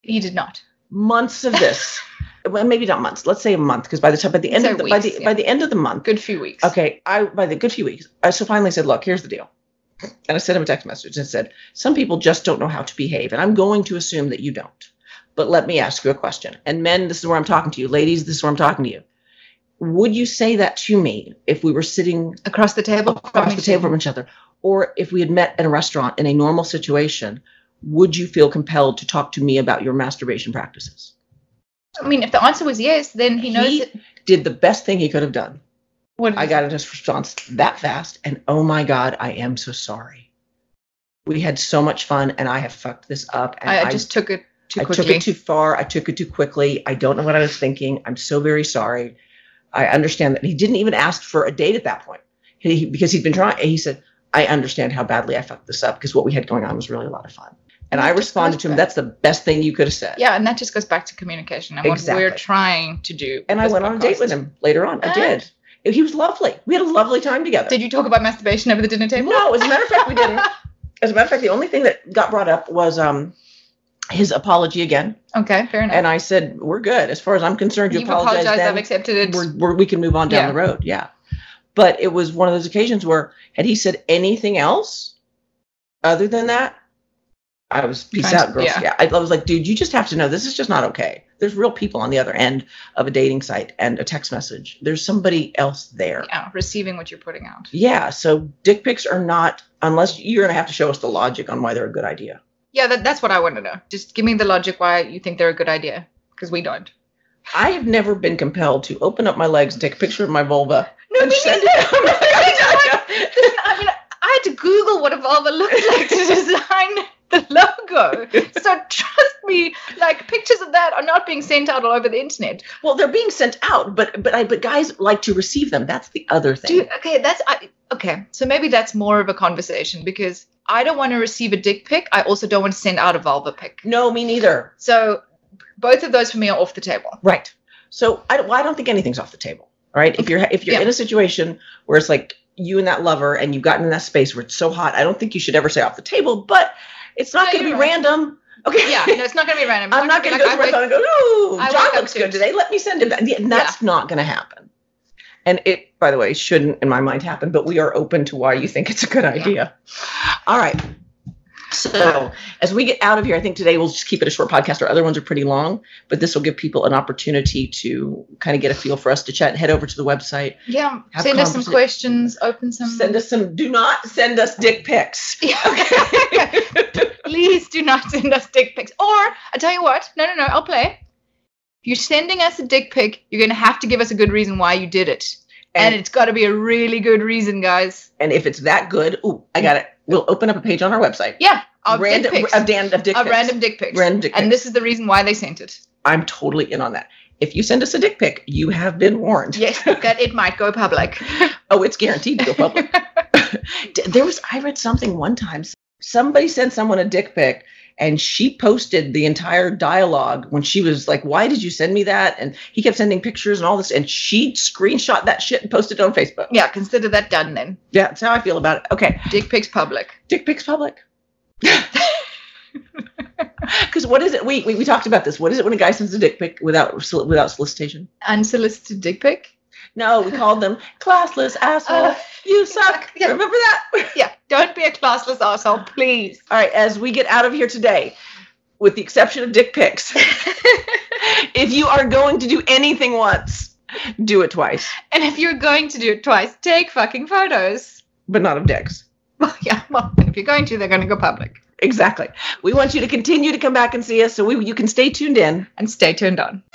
[SPEAKER 1] He did not.
[SPEAKER 2] Months of this, well, maybe not months. Let's say a month, because by the time by the end
[SPEAKER 1] Say
[SPEAKER 2] of the, by
[SPEAKER 1] weeks,
[SPEAKER 2] the
[SPEAKER 1] yeah.
[SPEAKER 2] by the end of the month,
[SPEAKER 1] Good few weeks.
[SPEAKER 2] okay, I by the good few weeks, I so finally said, look, here's the deal. And I sent him a text message and said, Some people just don't know how to behave, and I'm going to assume that you don't. But let me ask you a question. And men, this is where I'm talking to you. Ladies, this is where I'm talking to you. Would you say that to me if we were sitting
[SPEAKER 1] across the table.
[SPEAKER 2] across the table from each other, or if we had met at a restaurant in a normal situation, would you feel compelled to talk to me about your masturbation practices?
[SPEAKER 1] I mean, if the answer was yes, then he knows.
[SPEAKER 2] He-
[SPEAKER 1] it-
[SPEAKER 2] Did the best thing he could have done.
[SPEAKER 1] what
[SPEAKER 2] I got a response that fast, and oh my God, I am so sorry. We had so much fun, and I have fucked this up. And
[SPEAKER 1] I, I just took it too
[SPEAKER 2] I
[SPEAKER 1] quickly.
[SPEAKER 2] took it too far. I took it too quickly. I don't know what I was thinking. I'm so very sorry. I understand that he didn't even ask for a date at that point he, he- because he'd been trying. He said, I understand how badly I fucked this up because what we had going on was really a lot of fun. And I
[SPEAKER 1] That's
[SPEAKER 2] responded to him,
[SPEAKER 1] good.
[SPEAKER 2] that's the best thing you could have said.
[SPEAKER 1] yeah, and that just goes back to communication and what we're
[SPEAKER 2] Exactly.
[SPEAKER 1] trying to do.
[SPEAKER 2] And I
[SPEAKER 1] with
[SPEAKER 2] went on a date
[SPEAKER 1] podcasts.
[SPEAKER 2] with him later on. I
[SPEAKER 1] Ah.
[SPEAKER 2] did. He was lovely. We had a lovely time together.
[SPEAKER 1] Did you talk about masturbation over the dinner table?
[SPEAKER 2] No, as a matter of fact, we didn't. As a matter of fact, the only thing that got brought up was um, his apology again.
[SPEAKER 1] Okay, fair enough.
[SPEAKER 2] And I said, we're good. As far as I'm concerned, you
[SPEAKER 1] Mm-hmm. You've
[SPEAKER 2] apologized.
[SPEAKER 1] apologized. I've
[SPEAKER 2] then.
[SPEAKER 1] accepted it.
[SPEAKER 2] we're, we're, we can move on down
[SPEAKER 1] Yeah.
[SPEAKER 2] the road. Yeah. But it was one of those occasions where had he said anything else other than that, I was peace
[SPEAKER 1] Kind of-
[SPEAKER 2] out, girls.
[SPEAKER 1] yeah.
[SPEAKER 2] Yeah. I, I was like, dude, you just have to know this is just not okay. There's real people on the other end of a dating site and a text message. There's somebody else there. Yeah.
[SPEAKER 1] yeah, receiving what you're putting out.
[SPEAKER 2] so dick pics are not unless you're gonna have to show us the logic on why they're a good idea.
[SPEAKER 1] Yeah, that, that's what I want to know. Just give me the logic why you think they're a good idea, because we don't.
[SPEAKER 2] I have never been compelled to open up my legs, take a picture of my vulva,
[SPEAKER 1] No,
[SPEAKER 2] and
[SPEAKER 1] this
[SPEAKER 2] send
[SPEAKER 1] is
[SPEAKER 2] it.
[SPEAKER 1] I mean, I had to Google what a vulva looked like to design the logo. So trust me, like pictures of that are not being sent out all over the internet.
[SPEAKER 2] Well, they're being sent out, but but I but guys like to receive them. That's the other thing.
[SPEAKER 1] Dude, okay, that's I, okay. So maybe that's more of a conversation because I don't want to receive a dick pic. I also don't want to send out a vulva pic.
[SPEAKER 2] no, me neither.
[SPEAKER 1] So both of those for me are off the table.
[SPEAKER 2] Right. So I don't, well, I don't think anything's off the table. All right. If you're if you're
[SPEAKER 1] Yeah.
[SPEAKER 2] in a situation where it's like you and that lover and you've gotten in that space where it's so hot, I don't think you should ever say off the table. But it's not
[SPEAKER 1] No,
[SPEAKER 2] going to
[SPEAKER 1] you're
[SPEAKER 2] be
[SPEAKER 1] right.
[SPEAKER 2] random. Okay.
[SPEAKER 1] Yeah, no, it's not gonna be random. It's
[SPEAKER 2] I'm not going to
[SPEAKER 1] be
[SPEAKER 2] go
[SPEAKER 1] like,
[SPEAKER 2] to my
[SPEAKER 1] I
[SPEAKER 2] phone and go, no,
[SPEAKER 1] I
[SPEAKER 2] John
[SPEAKER 1] wake up
[SPEAKER 2] looks good
[SPEAKER 1] to-
[SPEAKER 2] today. Let me send him that. Yeah, That's not going to happen. And it, by the way, shouldn't in my mind happen, but we are open to why you think it's a good idea. All right. So as we get out of here, I think today we'll just keep it a short podcast. Our other ones are pretty long, but this will give people an opportunity to kind of get a feel for us to chat and head over to the website.
[SPEAKER 1] Yeah,
[SPEAKER 2] Have
[SPEAKER 1] send us some
[SPEAKER 2] conversa-
[SPEAKER 1] questions. Open some.
[SPEAKER 2] Send us some, do not send us dick pics.
[SPEAKER 1] Yeah, okay. Please do not send us dick pics. Or I tell you what, no, no, no, I'll play. If you're sending us a dick pic, you're gonna have to give us a good reason why you did it, and,
[SPEAKER 2] And-
[SPEAKER 1] it's got to be a really good reason, guys.
[SPEAKER 2] And if it's that good, ooh, I got it. We'll open up a page on our website.
[SPEAKER 1] Yeah, of
[SPEAKER 2] random,
[SPEAKER 1] dick pics,
[SPEAKER 2] Of, Dan, of dick
[SPEAKER 1] of
[SPEAKER 2] pics.
[SPEAKER 1] random dick pics,
[SPEAKER 2] Random dick
[SPEAKER 1] and
[SPEAKER 2] pics.
[SPEAKER 1] this is the reason why they sent it.
[SPEAKER 2] I'm totally in on that. If you send us a dick pic, you have been warned.
[SPEAKER 1] Yes, that it might go public.
[SPEAKER 2] Oh, it's guaranteed to go public. D- there was I read something one time. Somebody sent someone a dick pic and she posted the entire dialogue when she was like, Why did you send me that? And he kept sending pictures and all this, and she screenshot that shit and posted it on Facebook.
[SPEAKER 1] yeah, consider that done then.
[SPEAKER 2] Yeah, that's how I feel about it. Okay.
[SPEAKER 1] Dick pics public.
[SPEAKER 2] Dick pics public. Because what is it? We, we we talked about this. What is it when a guy sends a dick pic without soli- without solicitation?
[SPEAKER 1] Unsolicited dick pic.
[SPEAKER 2] No, we called them classless asshole.
[SPEAKER 1] Uh,
[SPEAKER 2] you suck.
[SPEAKER 1] yeah.
[SPEAKER 2] Remember that?
[SPEAKER 1] Yeah, don't be a classless asshole, please.
[SPEAKER 2] All right, as we get out of here today, with the exception of dick pics, if you are going to do anything once, do it twice,
[SPEAKER 1] And if you're going to do it twice, take fucking photos.
[SPEAKER 2] but not of dicks.
[SPEAKER 1] Well, yeah, well, if you're going to, they're going to go public.
[SPEAKER 2] Exactly. We want you to continue to come back and see us so we, you can stay tuned in.
[SPEAKER 1] And stay turned on.